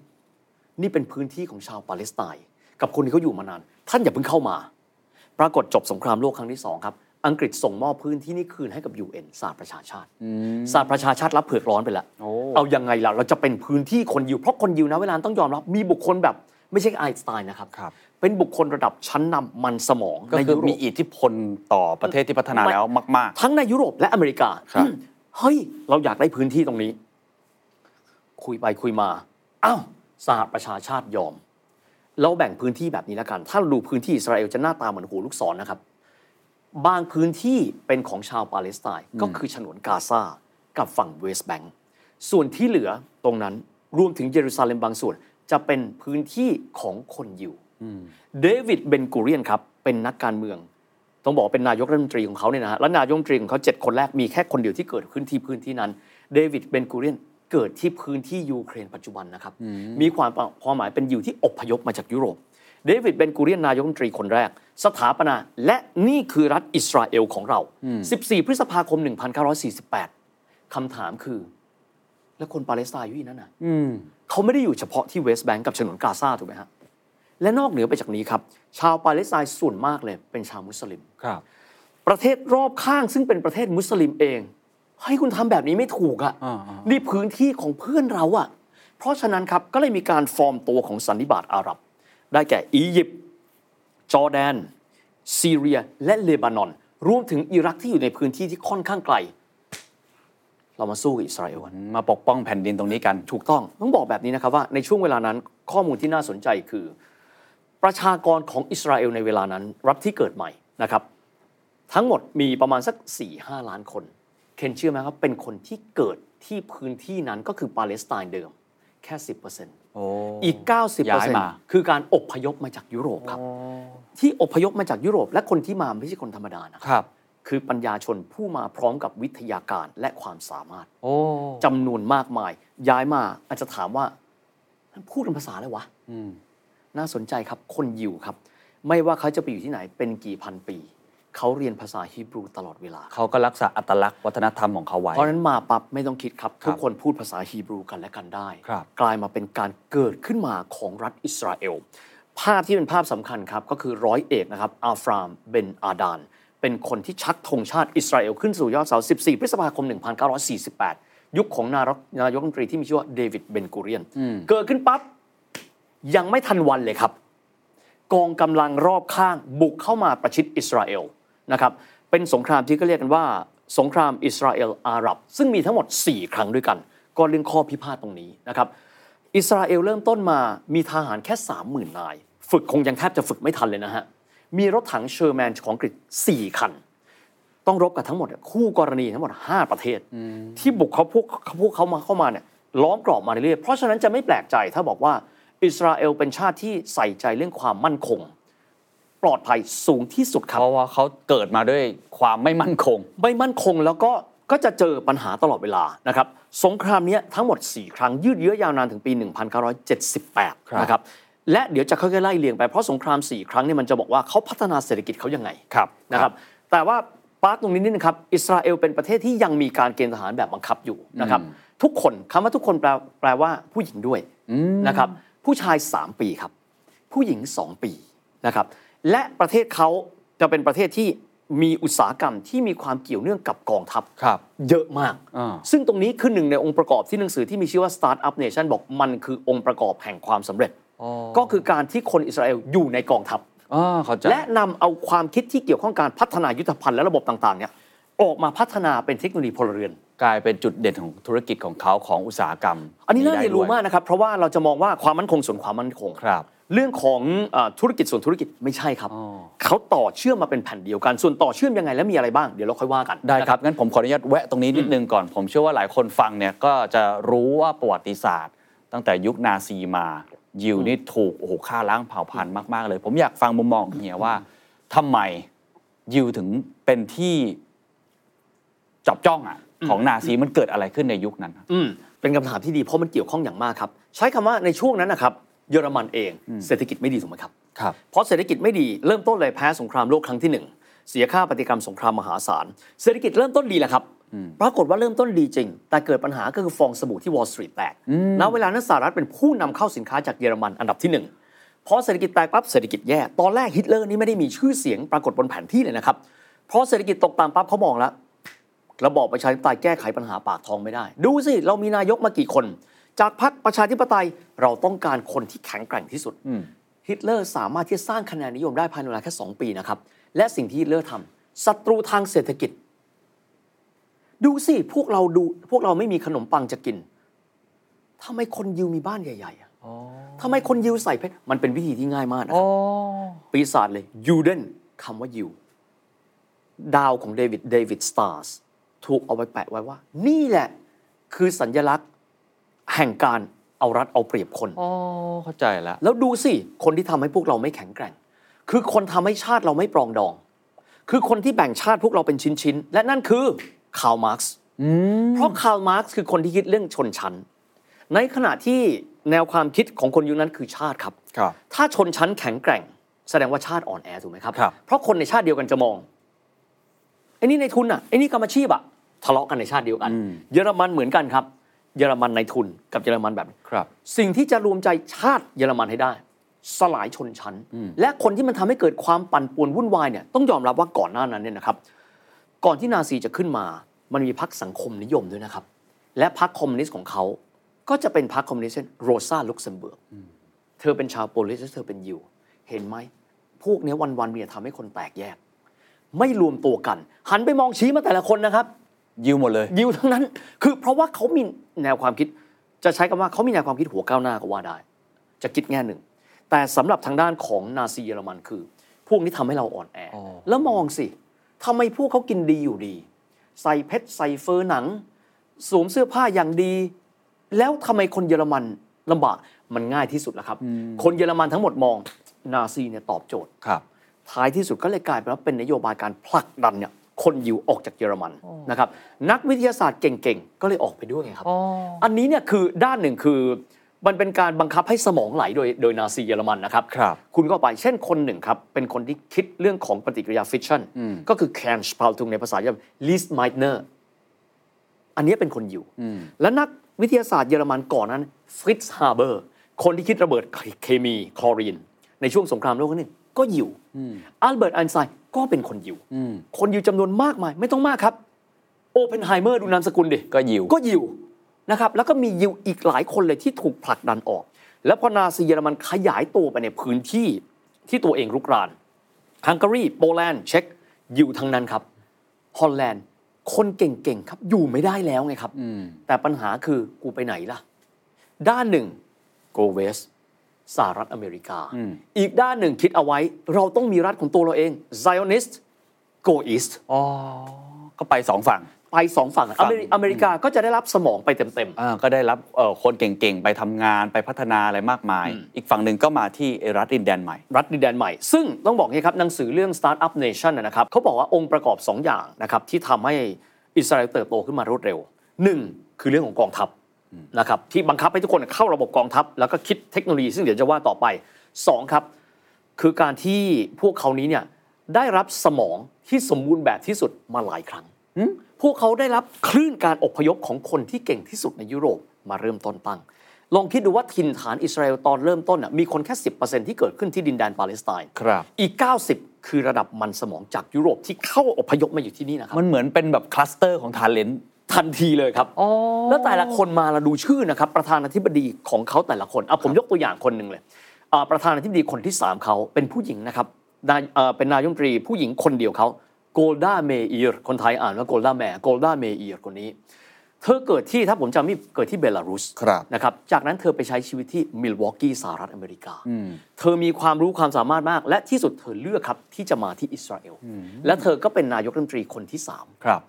นี่เป็นพื้นที่ของชาวปาเลสไตน์กับคนที่เขาอยู่มานาน ท่านอย่าเพิ่งเข้ามา ปรากฏจบสงครามโลกครั้งที่สองครับ อังกฤษส่งมอบพื้นที่นี้คืนให้กับ UN สหประชาชาติสหประชาชาติรับเผือกร้อนไปแล้ว โอ้ เอายังไงล่ะ เราจะเป็นพื้นที่คนยิว เพราะคนยิวนะเวลานั้นต้องยอมรับ มีบุคคลแบบไม่ใช่ไอน์สไตน์นะครับ ครับ เป็นบุคคลระดับชั้นนำมันสมอง ก็ ใน คือ ยุโร มี ป อิทธิพลต่อประเทศที่พัฒนาแล้วมาก ทั้งในยุโรปและอเมริกา ครับ เฮ้ย เราอยากได้พื้นที่ตรงนี้ คุยไปคุยมา อ้าวสหประชาชาติยอม เราแบ่งพื้นที่แบบนี้แล้วกัน ถ้าเราดูพื้นที่อิสราเอลจะหน้าตาเหมือนหูลูกศรนะครับ บางพื้นที่เป็นของชาวปาเลสไตน์ก็คือฉนวนกาซากับฝั่งเวสต์แบงก์ส่วนที่เหลือตรงนั้นรวมถึงเยรูซาเล็มบางส่วน จะเป็นพื้นที่ของคนยิวเดวิดเบนกูเรียนครับ เป็นนักการเมือง ต้องบอกว่าเป็นนายกรัฐมนตรีของเขาเนี่ยนะฮะและนายกรัฐมนตรีของเขาเจ็ดคนแรกมีแค่คนเดียวที่เกิดขึ้นที่พื้นที่นั้นเดวิดเบนกูเรียนเกิดที่พื้นที่ยูเครนปัจจุบันนะครับ มีความความหมายเป็นอยู่ที่อพยพมาจากยุโรปเดวิดเบนกูเรียนนายกรัฐมนตรีคนแรก สถาปนา และนี่คือรัฐอิสราเอลของเรา 14 พฤษภาคม 1948 คำถามคือ แล้วคนปาเลสไตน์อยู่ที่นั่นน่ะเขาไม่ได้อยู่เฉพาะที่เวสต์แบงก์กับฉนวนกาซาถูกไหมฮะและนอกเหนือไปจากนี้ครับ ชาวปาเลสไตน์ส่วนมากเลยเป็นชาวมุสลิม ๆ ครับ ประเทศรอบข้างซึ่งเป็นประเทศมุสลิมเองให้ยคุณทำแบบนี้ไม่ถูกอะ อ่า นี่พื้นที่ของเพื่อนเราอะเพราะฉะนั้นครับก็เลยมีการฟอร์มตัวของสันนิบาตอาหรับ ได้แก่อียิปต์จอร์แดน ซีเรียและเลบานอน รวมถึงอิรักที่อยู่ในพื้นที่ที่ค่อนข้างไกล เรามาสู้กับอิสราเอลกัน มาปกป้องแผ่นดินตรงนี้กัน ถูกต้องต้องบอกแบบนี้นะครับว่าในช่วงเวลานั้นข้อมูลที่น่าสนใจคือ ประชากรของอิสราเอลในเวลานั้น รัฐที่เกิดใหม่นะครับ ทั้งหมดมีประมาณสัก 4 5 ล้านคน เคนเชื่อไหมครับ เป็นคนที่เกิดที่พื้นที่นั้นก็คือปาเลสไตน์เดิมแค่ 10% โอ้ อีก 90% ย้ายมา คือการอพยพมาจากยุโรปครับ ที่อพยพมาจากยุโรปและคนที่มาไม่ใช่คนธรรมดานะครับ ครับ คือปัญญาชนผู้มาพร้อมกับวิทยาการและความสามารถ โอ้ จำนวนมากมาย ย้ายมาอาจจะถามว่ามันพูดเป็นภาษาอะไรวะ อืม น่าสนใจครับ คนยิวครับ ไม่ว่าเขาจะไปอยู่ที่ไหนเป็นกี่พันปี เขาเรียนภาษาฮีบรูตลอดเวลา เขาก็รักษาอัตลักษณ์วัฒนธรรมของเขาไว้ เพราะฉะนั้นมาปั๊บไม่ต้องคิดครับ ครับ ทุกคนพูดภาษาฮีบรูกันและกันได้ ครับ กลายมาเป็นการเกิดขึ้นมาของรัฐอิสราเอล ภาพที่เป็นภาพสำคัญครับ ก็คือร้อยเอกนะครับอาฟรามเบนอาดาน เป็นคนที่ชักธงชาติอิสราเอลขึ้นสู่ยอดเสา 14 พฤษภาคม 1948 ยุคของนายกนายกรัฐมนตรีที่มีชื่อว่าเดวิดเบนกูเรียน อืม เกิดขึ้นปั๊บ ยังไม่ทันวันเลยครับ กองกำลังรอบข้างบุกเข้ามาประชิดอิสราเอลนะครับเป็นสงครามที่ก็เรียกกันว่า สงครามอิสราเอลอาหรับ ซึ่งมีทั้งหมด 4 ครั้งด้วยกัน ก็เรื่องข้อพิพาทตรงนี้นะครับ อิสราเอลเริ่มต้นมามีทหารแค่ 30,000 นาย ฝึกคงยังแทบจะฝึกไม่ทันเลยนะฮะ มีรถถังเชอร์แมนของอังกฤษ 4 คัน ต้องรบกับทั้งหมดเนี่ยคู่กรณีทั้งหมด 5 ประเทศ ที่บุกเขาพวกพวกเขามาเข้ามาเนี่ยล้อมกรอบมาเรื่อยๆเพราะฉะนั้นจะไม่แปลกใจถ้าบอกว่าอิสราเอลเป็นชาติที่ใส่ใจเรื่องความมั่นคง ปลอดภัยสูงที่สุดครับ เพราะว่าเขาเกิดมาด้วยความไม่มั่นคง ไม่มั่นคงแล้วก็ก็จะเจอปัญหาตลอดเวลานะครับสงครามเนี้ยทั้งหมด 4 ครั้งยืดเยื้อยาวนานถึงปี ครับ 1978 นะครับ และเดี๋ยวจะค่อยๆไล่เรียงไป เพราะสงคราม 4 ครั้งเนี่ยมันจะบอกว่าเขาพัฒนาเศรษฐกิจเขายังไง ครับ นะครับแต่ว่าปาร์ตตรงนี้นิดนึงครับ อิสราเอลเป็นประเทศที่ยังมีการเกณฑ์ทหารแบบบังคับอยู่นะครับ ทุกคนคำว่าทุกคนแปลแปลว่าผู้หญิงด้วยนะครับผู้ชาย 3 ปีครับ ผู้หญิง 2 ปีนะครับ และประเทศเขาจะเป็นประเทศที่มีอุตสาหกรรมที่มีความเกี่ยวเนื่องกับกองทัพ ครับ เยอะมาก อ่า ซึ่งตรงนี้คือหนึ่งในองค์ประกอบที่หนังสือที่มีชื่อว่า Startup Nation บอกมันคือองค์ประกอบแห่งความสำเร็จ ก็คือการที่คนอิสราเอลอยู่ในกองทัพ อ๋อเข้าใจ และนำเอาความคิดที่เกี่ยวข้องการพัฒนายุทธภัณฑ์และระบบต่างๆเนี่ยออกมาพัฒนาเป็นเทคโนโลยีพลเรือน กลายเป็นจุดเด่นของธุรกิจของเขาของอุตสาหกรรม อันนี้น่า ได้ เรียนรู้ ด้วย มากนะครับ เพราะว่าเราจะมองว่าความมั่นคงส่วนความมั่นคง ครับ เรื่องของเออธุรกิจส่วนธุรกิจไม่ใช่ครับ อ๋อ เขาต่อเชื่อมมาเป็นแผ่นเดียวกัน ส่วนต่อเชื่อมยังไงและมีอะไรบ้างเดี๋ยวเราค่อยว่ากัน ได้ นะ ค ค รั รับ บ งั้นผมขออนุญาตแวะตรงนี้นิดนึงก่อน ผมเชื่อว่าหลายคนฟังเนี่ยก็จะรู้ว่าประวัติศาสตร์ ตั้งแต่ยุคนาซีมา ยิวนี่ถูกโอ้โหฆ่าล้างเผ่าพันธุ์มาก ๆ เลย ผมอยากฟังมุมมองของเฮียว่าทำไมยิวถึงเป็นที่จับจ้องอะของนาซีมันเกิดอะไรขึ้นในยุคนั้น อืมเป็นคำถามที่ดีเพราะมันเกี่ยวข้องอย่างมากครับ ใช้คำว่าในช่วงนั้นนะครับเยอรมันเองเศรษฐกิจไม่ดีถูกไหมครับ ครับ เพราะเศรษฐกิจไม่ดีเริ่มต้นเลยแพ้สงครามโลกครั้งที่หนึ่งเสียค่าปฏิกรรมสงครามมหาศาลเศรษฐกิจเริ่มต้นดีแหละครับ ปรากฏว่าเริ่มต้นดีจริง แต่เกิดปัญหาก็คือฟองสบู่ที่วอลสตรีทแตกณเวลานั้นสหรัฐเป็นผู้นำเข้าสินค้าจากเยอรมันอันดับที่หนึ่งพอเศรษฐกิจแตกปั๊บเศรษฐกิจแย่ตอนแรกฮิตเลอร์นี่ไม่ได้มีชื่อเสียงปรากฏบนแผนที่เลยนะครับเพราะเศรษฐกิจตกต่ำปั๊บเขามองแล้ว ระบอบประชาธิปไตยแก้ไขปัญหาปากท้องไม่ได้ ดูสิ เรามีนายกมากี่คน จากพรรคประชาธิปไตยเราต้องการคนที่แข็งแกร่งที่สุด ฮิตเลอร์สามารถที่จะสร้างคะแนนนิยมได้ภายในเวลาแค่ 2 ปีนะครับ และสิ่งที่ฮิตเลอร์ทำศัตรูทางเศรษฐกิจ ดูสิ พวกเราดูพวกเราไม่มีขนมปังจะกินทำไมคนยิวมีบ้านใหญ่ๆอะทำไมคนยิวใส่เพชรมันเป็นวิธีที่ง่ายมากนะครับ ปีศาจเลยยูเดนคำว่ายูดาวของเดวิดเดวิดสตาร์สถูกเอาไปแปะไว้ว่า นี่แหละคือสัญญลักษณ์แห่งการเอารัดเอาเปรียบคน อ๋อ เข้าใจแล้ว แล้วดูสิ คนที่ทำให้พวกเราไม่แข็งแกร่ง คือคนทำให้ชาติเราไม่ปรองดอง คือคนที่แบ่งชาติพวกเราเป็นชิ้นๆ และนั่นคือคาร์มาร์กซ์เพราะคาร์มาร์กซ์คือคนที่คิดเรื่องชนชั้น ในขณะที่แนวความคิดของคนยุคนั้นคือชาติครับ ครับ ถ้าชนชั้นแข็งแกร่ง แสดงว่าชาติอ่อนแอถูกไหมครับ ครับ เพราะคนในชาติเดียวกันจะมองไอ้นี่ในทุนอ่ะไอ้นี่กรรมอาชีพอ่ะทะเลาะกันในชาติเดียวกัน เยอรมันเหมือนกันครับ เยอรมันในทุนกับเยอรมันแบบ ครับ สิ่งที่จะรวมใจชาติเยอรมันให้ได้ สลายชนชั้น และคนที่มันทำให้เกิดความปั่นป่วนวุ่นวายเนี่ยต้องยอมรับว่าก่อนหน้านั้นเนี่ยนะครับ ก่อนที่นาซีจะขึ้นมา มันมีพรรคสังคมนิยมด้วยนะครับ และพรรคคอมมิวนิสต์ของเขาก็จะเป็นพรรคคอมมิวนิสต์เช่นโรซาลุกเซมเบิร์กเธอเป็นชาวโปลิสและเธอเป็นยิว เห็นไหม พวกเนี้ยวันๆมีแต่ทำให้คนแตกแยก ไม่รวมตัวกัน หันไปมองชี้มาแต่ละคนนะครับ ยิวหมดเลย ยิวทั้งนั้น คือเพราะว่าเขามีแนวความคิด จะใช้คำว่าเขามีแนวความคิดหัวก้าวหน้าก็ว่าได้ จะคิดแง่หนึ่ง แต่สำหรับทางด้านของนาซีเยอรมันคือ พวกนี้ทำให้เราอ่อนแออ อ แล้วมองสิทำไมพวกเขากินดีอยู่ดี ใส่เพชรใส่เฟอร์หนัง สวมเสื้อผ้าอย่างดี แล้วทำไมคนเยอรมันลำบากมันง่ายที่สุดแล้วครับ คนเยอรมันทั้งหมดมองนาซีเนี่ยตอบโจทย์ ครับ ท้ายที่สุดก็เลยกลายเป็นว่าเป็นนโยบายการผลักดันเนี่ย คนยิวออกจากเยอรมันนะครับนักวิทยาศาสตร์เก่งๆ ก็เลยออกไปด้วยไงครับ อันนี้เนี่ยคือด้านหนึ่งคือมันเป็นการบังคับให้สมองไหลโดยโดยนาซีเยอรมันนะครับ ครับ คุณก็ไปเช่นคนหนึ่งครับ เป็นคนที่คิดเรื่องของปฏิกิริยาฟิชชันก็คือแคนชพาลทุงในภาษาเยอรมันลิสไมเนอร์อันนี้เป็นคนอยู่ และนักวิทยาศาสตร์เยอรมันก่อนนั้นฟริ t ซ์ฮาเบอร์คนที่คิดระเบิดเคมีคลอรีน ในช่วงสงครามโลกครั้งหนึ่งก็อยู่อัลเบิร์ตไอน์สไตน์ก็เป็นคนอยู่ คนอยู่จำนวนมากมาย ไม่ต้องมากครับ โอเพนไฮเมอร์ดูนามสกุลดิ ก็ยิว ก็ยิวนะครับ แล้วก็มียิวอีกหลายคนเลยที่ถูกผลักดันออก แล้วพอนาซีเยอรมันขยายตัวไปในพื้นที่ที่ตัวเองรุกราน ฮังการี โปแลนด์ เช็กยิวทั้งนั้นครับ ฮอลแลนด์ คนเก่งๆครับ อยู่ไม่ได้แล้วไงครับ แต่ปัญหาคือกูไปไหนล่ะ ด้านหนึ่งโกเวสสหรัฐอเมริกา อีกด้านหนึ่งคิดเอาไว้ เราต้องมีรัฐของตัวเราเอง Zionist Go East อ๋อ ก็ไปสองฝั่ง ไปสองฝั่งอเมริอเมริกาก็จะได้รับสมองไปเต็มๆ อ่าก็ได้รับเอ่อคนเก่งๆ ไปทำงานไปพัฒนาอะไรมากมาย อีกฝั่งหนึ่งก็มาที่ไอ้รัฐดินแดนใหม่ รัฐดินแดนใหม่ ซึ่งต้องบอกงี้ครับ หนังสือเรื่อง Startup Nation นะนะครับเขาบอกว่าองค์ประกอบ 2 อย่างนะครับ ที่ทำให้อิสราเอลเติบโตขึ้นมารวดเร็ว 1. คือเรื่องของกองทัพนะครับ ที่บังคับให้ทุกคนเข้าระบบกองทัพ แล้วก็คิดเทคโนโลยี ซึ่งเดี๋ยวจะว่าต่อไป 2 ครับ คือการที่พวกเขานี้เนี่ยได้รับสมองที่สมบูรณ์แบบที่สุดมาหลายครั้ง พวกเขาได้รับคลื่นการอพยพของคนที่เก่งที่สุดในยุโรปมาเริ่มต้นตั้ง ลองคิดดูว่าถิ่นฐานอิสราเอลตอนเริ่มต้นน่ะมีคนแค่ 10%ที่เกิดขึ้นที่ดินแดนปาเลสไตน์ ครับ อีก 90 คือระดับมันสมองจากยุโรปที่เข้าอพยพมาอยู่ที่นี่นะครับ มันเหมือนเป็นแบบคลัสเตอร์ของทาเลนต์ ทันทีเลยครับ แล้วแต่ละคนมาเราดูชื่อนะครับ ประธานาธิบดีของเขาแต่ละคนอ่ะผมยกตัวอย่างคนหนึ่งเลยอ่าประธานาธิบดีคนที่ 3 เขาเป็นผู้หญิงนะครับนายเอ่อเป็นนายกรัฐมนตรีผู้หญิงคนเดียวเขาโกลดาเมเอียร์คนไทยอ่านว่าโกลดาแมโกลดาเมเอียร์คนนี้ เธอเกิดที่ถ้าผมจำไม่ผิดเกิดที่เบลารุส ครับ นะครับ จากนั้นเธอไปใช้ชีวิตที่มิลวอกกี้สหรัฐอเมริกา เธอมีความรู้ความสามารถมาก และที่สุดเธอเลือกครับที่จะมาที่อิสราเอล และเธอก็เป็นนายกรัฐมนตรีคนที่สาม ครับ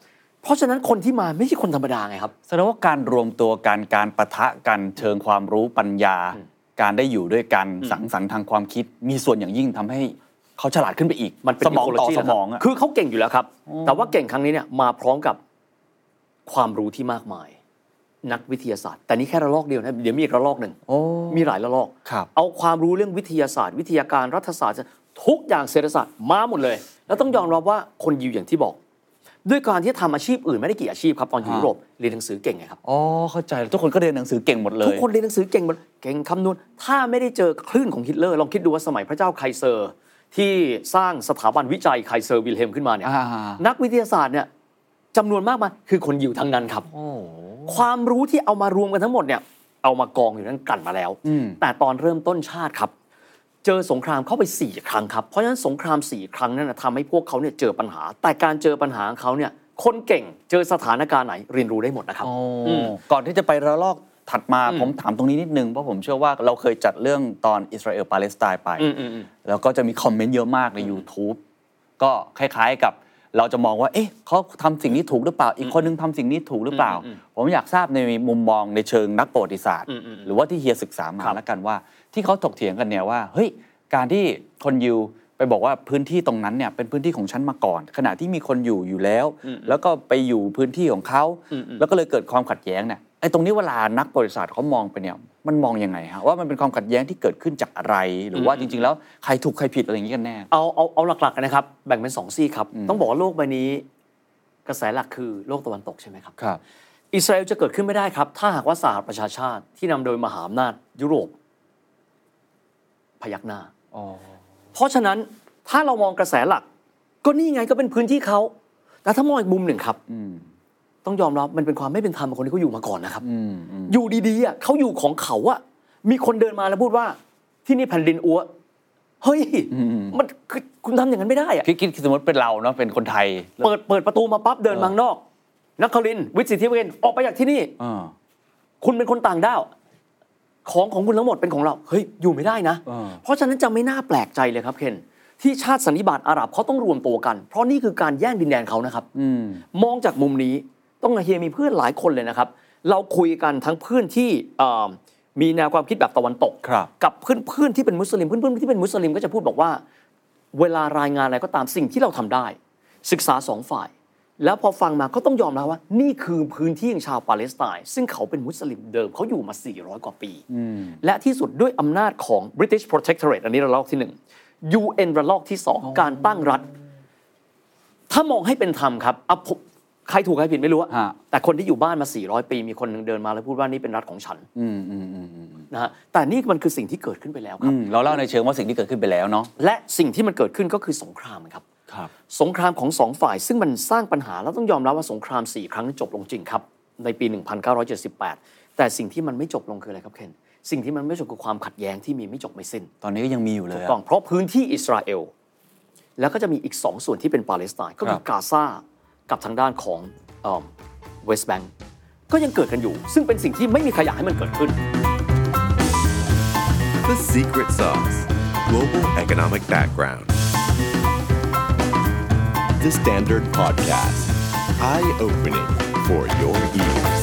เพราะฉะนั้นคนที่มาไม่ใช่คนธรรมดาไงครับ แสดงว่าการรวมตัวกันการปะทะกันเชิงความรู้ปัญญา การได้อยู่ด้วยกันสังสรรค์ทางความคิด มีส่วนอย่างยิ่งทำให้เขาฉลาดขึ้นไปอีก มันเป็น สมองต่อ ecology ส แล้วค ม รับ องอะ คือเขาเก่งอยู่แล้วครับ แต่ว่าเก่งครั้งนี้เนี่ยมาพร้อมกับความรู้ที่มากมาย นักวิทยาศาสตร์ แต่นี่แค่ระลอกเดียวนะเดี๋ยวมีอีกระลอกหนึ่ง โอ้ มีหลายระลอก ครับ เอาความรู้เรื่องวิทยาศาสตร์ วิทยาการรัฐศาสตร์ทุกอย่างเศรษฐศาสตร์มาหมดเลย แล้วต้องยอมรับว่าคนยิวอย่างที่บอก ด้วยการที่ทำอาชีพอื่นไม่ได้กี่อาชีพครับตอนอยู่ยุโรปเรียนหนังสือเก่งไงครับ อ๋อเข้าใจแล้วทุกคนก็เรียนหนังสือเก่งหมดเลย ทุกคนเรียนหนังสือเก่งหมดเก่งคำนวณ ถ้าไม่ได้เจอคลื่นของฮิตเลอร์ ลองคิดดูว่าสมัยพระเจ้าไคเซอร์ ที่สร้างสถาบันวิจัยไคเซอร์วิลเฮมขึ้นมาเนี่ย อ่า นักวิทยาศาสตร์เนี่ยจำนวนมากมายคือคนยิวทั้งนั้นครับ โอ้ ความรู้ที่เอามารวมกันทั้งหมดเนี่ยเอามากองอยู่นั้นกลั่นมาแล้ว อืม แต่ตอนเริ่มต้นชาติครับ เจอสงครามเข้าไป 4 ครั้งครับ เพราะฉะนั้นสงคราม 4 ครั้งนั้นนะทำให้พวกเขาเนี่ยเจอปัญหา แต่การเจอปัญหาของเขาเนี่ยคนเก่งเจอสถานการณ์ไหนเรียนรู้ได้หมดนะครับ อืม ก่อนที่จะไประลอกถัดมาผมถามตรงนี้นิดนึง เพราะผมเชื่อว่าเราเคยจัดเรื่องตอนอิสราเอลปาเลสไตน์ไป อืมอืมอืม แล้วก็จะมีคอมเมนต์เยอะมากใน YouTube ก็คล้ายๆกับเราจะมองว่า เอ๊ะเขาทำสิ่งนี้ถูกหรือเปล่า อีกคนนึงทำสิ่งนี้ถูกหรือเปล่า ผมอยากทราบในมุมมองในเชิงนักประวัติศาสตร์ หรือว่าที่เฮียศึกษามาแล้วกันว่า ที่เขาถกเถียงกันเนี่ยว่าเฮ้ยการที่คนยิวไปบอกว่าพื้นที่ตรงนั้นเนี่ยเป็นพื้นที่ของฉันมาก่อน ขณะที่มีคนอยู่อยู่แล้ว แล้วก็ไปอยู่พื้นที่ของเขาแล้วก็เลยเกิดความขัดแย้งเนี่ยไอ้ตรงนี้เวลานักประวัติศาสตร์เขามองไปเนี่ยมันมองยังไงฮะว่ามันเป็นความขัดแย้งที่เกิดขึ้นจากอะไร หรือว่าจริง ๆ แล้วใครถูกใครผิดอะไรอย่างนี้กันแน่ เอาเอาเอาหลักๆกันนะครับ แบ่งเป็น2ซี่ครับ ต้องบอกว่าโลกใบนี้ กระแสหลักคือโลกตะวันตกใช่ไหมครับ ครับ อิสราเอลจะเกิดขึ้นไม่ได้ครับ ถ้าหากว่าสหประชาชาติที่นำโดยมหาอำนาจยุโรป พยักหน้า อ๋อ เพราะฉะนั้นถ้าเรามองกระแสหลัก ก็นี่ไงก็เป็นพื้นที่เขาแต่ถ้ามองอีกมุมหนึ่งครับต้องยอมรับมันเป็นความไม่เป็นธรรมกับคนที่เขาอยู่มาก่อนนะครับ อืมอืม อยู่ดีๆอ่ะเขาอยู่ของเขาอ่ะมีคนเดินมาแล้วพูดว่า ที่นี่แผ่นดินอัวเฮ้ยมันคือคุณทำอย่างนั้นไม่ได้อ่ะ คิดคิดสมมติเป็นเราเนาะเป็นคนไทย เปิดเปิดประตูมาปั๊บเดินมาข้างนอก นักคลินทร์วิทย์สิทธิเวนออกไปจากที่นี่ อ่า คุณเป็นคนต่างด้าวของของคุณทั้งหมดเป็นของเรา เฮ้ย อยู่ไม่ได้นะ อ่า เพราะฉะนั้นจะไม่น่าแปลกใจเลยครับเคนที่ชาติสันนิบาตอาหรับเขาต้องรวมตัวกัน เพราะนี่คือการแย่งดินแดนเขานะครับ อืม มองจากมุมนี้ต้องเฮียมีเพื่อนหลายคนเลยนะครับ เราคุยกันทั้งเพื่อนที่เอ่อมีแนวความคิดแบบตะวันตก ครับ กับเพื่อนเพื่อนที่เป็นมุสลิมเพื่อนเพื่อนที่เป็นมุสลิมก็จะพูดบอกว่า เวลารายงานอะไรก็ตามสิ่งที่เราทำได้ ศึกษาสองฝ่าย แล้วพอฟังมาก็ต้องยอมรับว่า นี่คือพื้นที่ของชาวปาเลสไตน์ซึ่งเขาเป็นมุสลิมเดิมเขาอยู่มา 400 กว่าปี และที่สุดด้วยอำนาจของ British Protectorate อันนี้ระลอกที่ 1 UN ระลอกที่ 2 การตั้งรัฐ ถ้ามองให้เป็นธรรมครับอ่ะผมใครถูกใครผิดไม่รู้อะ ฮะ แต่คนที่อยู่บ้านมา 400 ปี มีคนหนึ่งเดินมาแล้วพูดว่านี่เป็นรัฐของฉัน อืมอืมอืมอืม นะฮะแต่นี่มันคือสิ่งที่เกิดขึ้นไปแล้วค อื รับ มเราเล่าในเชิงว่าสิ่งที่เกิดขึ้นไปแล้วเนาะ และสิ่งที่มันเกิดขึ้นก็คือสงครามครับ ครับ สงครามของสองฝ่ายซึ่งมันสร้างปัญหาแล้วต้องยอมรับว่าสงคราม 4 ครั้งนั้นจบลงจริงครับ ในปี 1978 แต่สิ่งที่มันไม่จบลงคืออะไรครับเคนสิ่งที่มันไม่จบคือความขัดแย้งที่มีไม่จบไม่สิ้น ตอนนี้ก็ยังมีอยู่เลยอะ ต้องเพราะพื้นที่อิสราเอล แล้วก็จะมีอีก 2 ส่วนที่เป็นปาเลสไตน์ก็คือครับ กาซากับทางด้านของเวสต์แบงก์ก็ยังเกิดกันอยู่ ซึ่งเป็นสิ่งที่ไม่มีใครอยากให้มันเกิดขึ้น The Secret Sauce Global Economic Background. The Standard Podcast. Eye opening for your ears.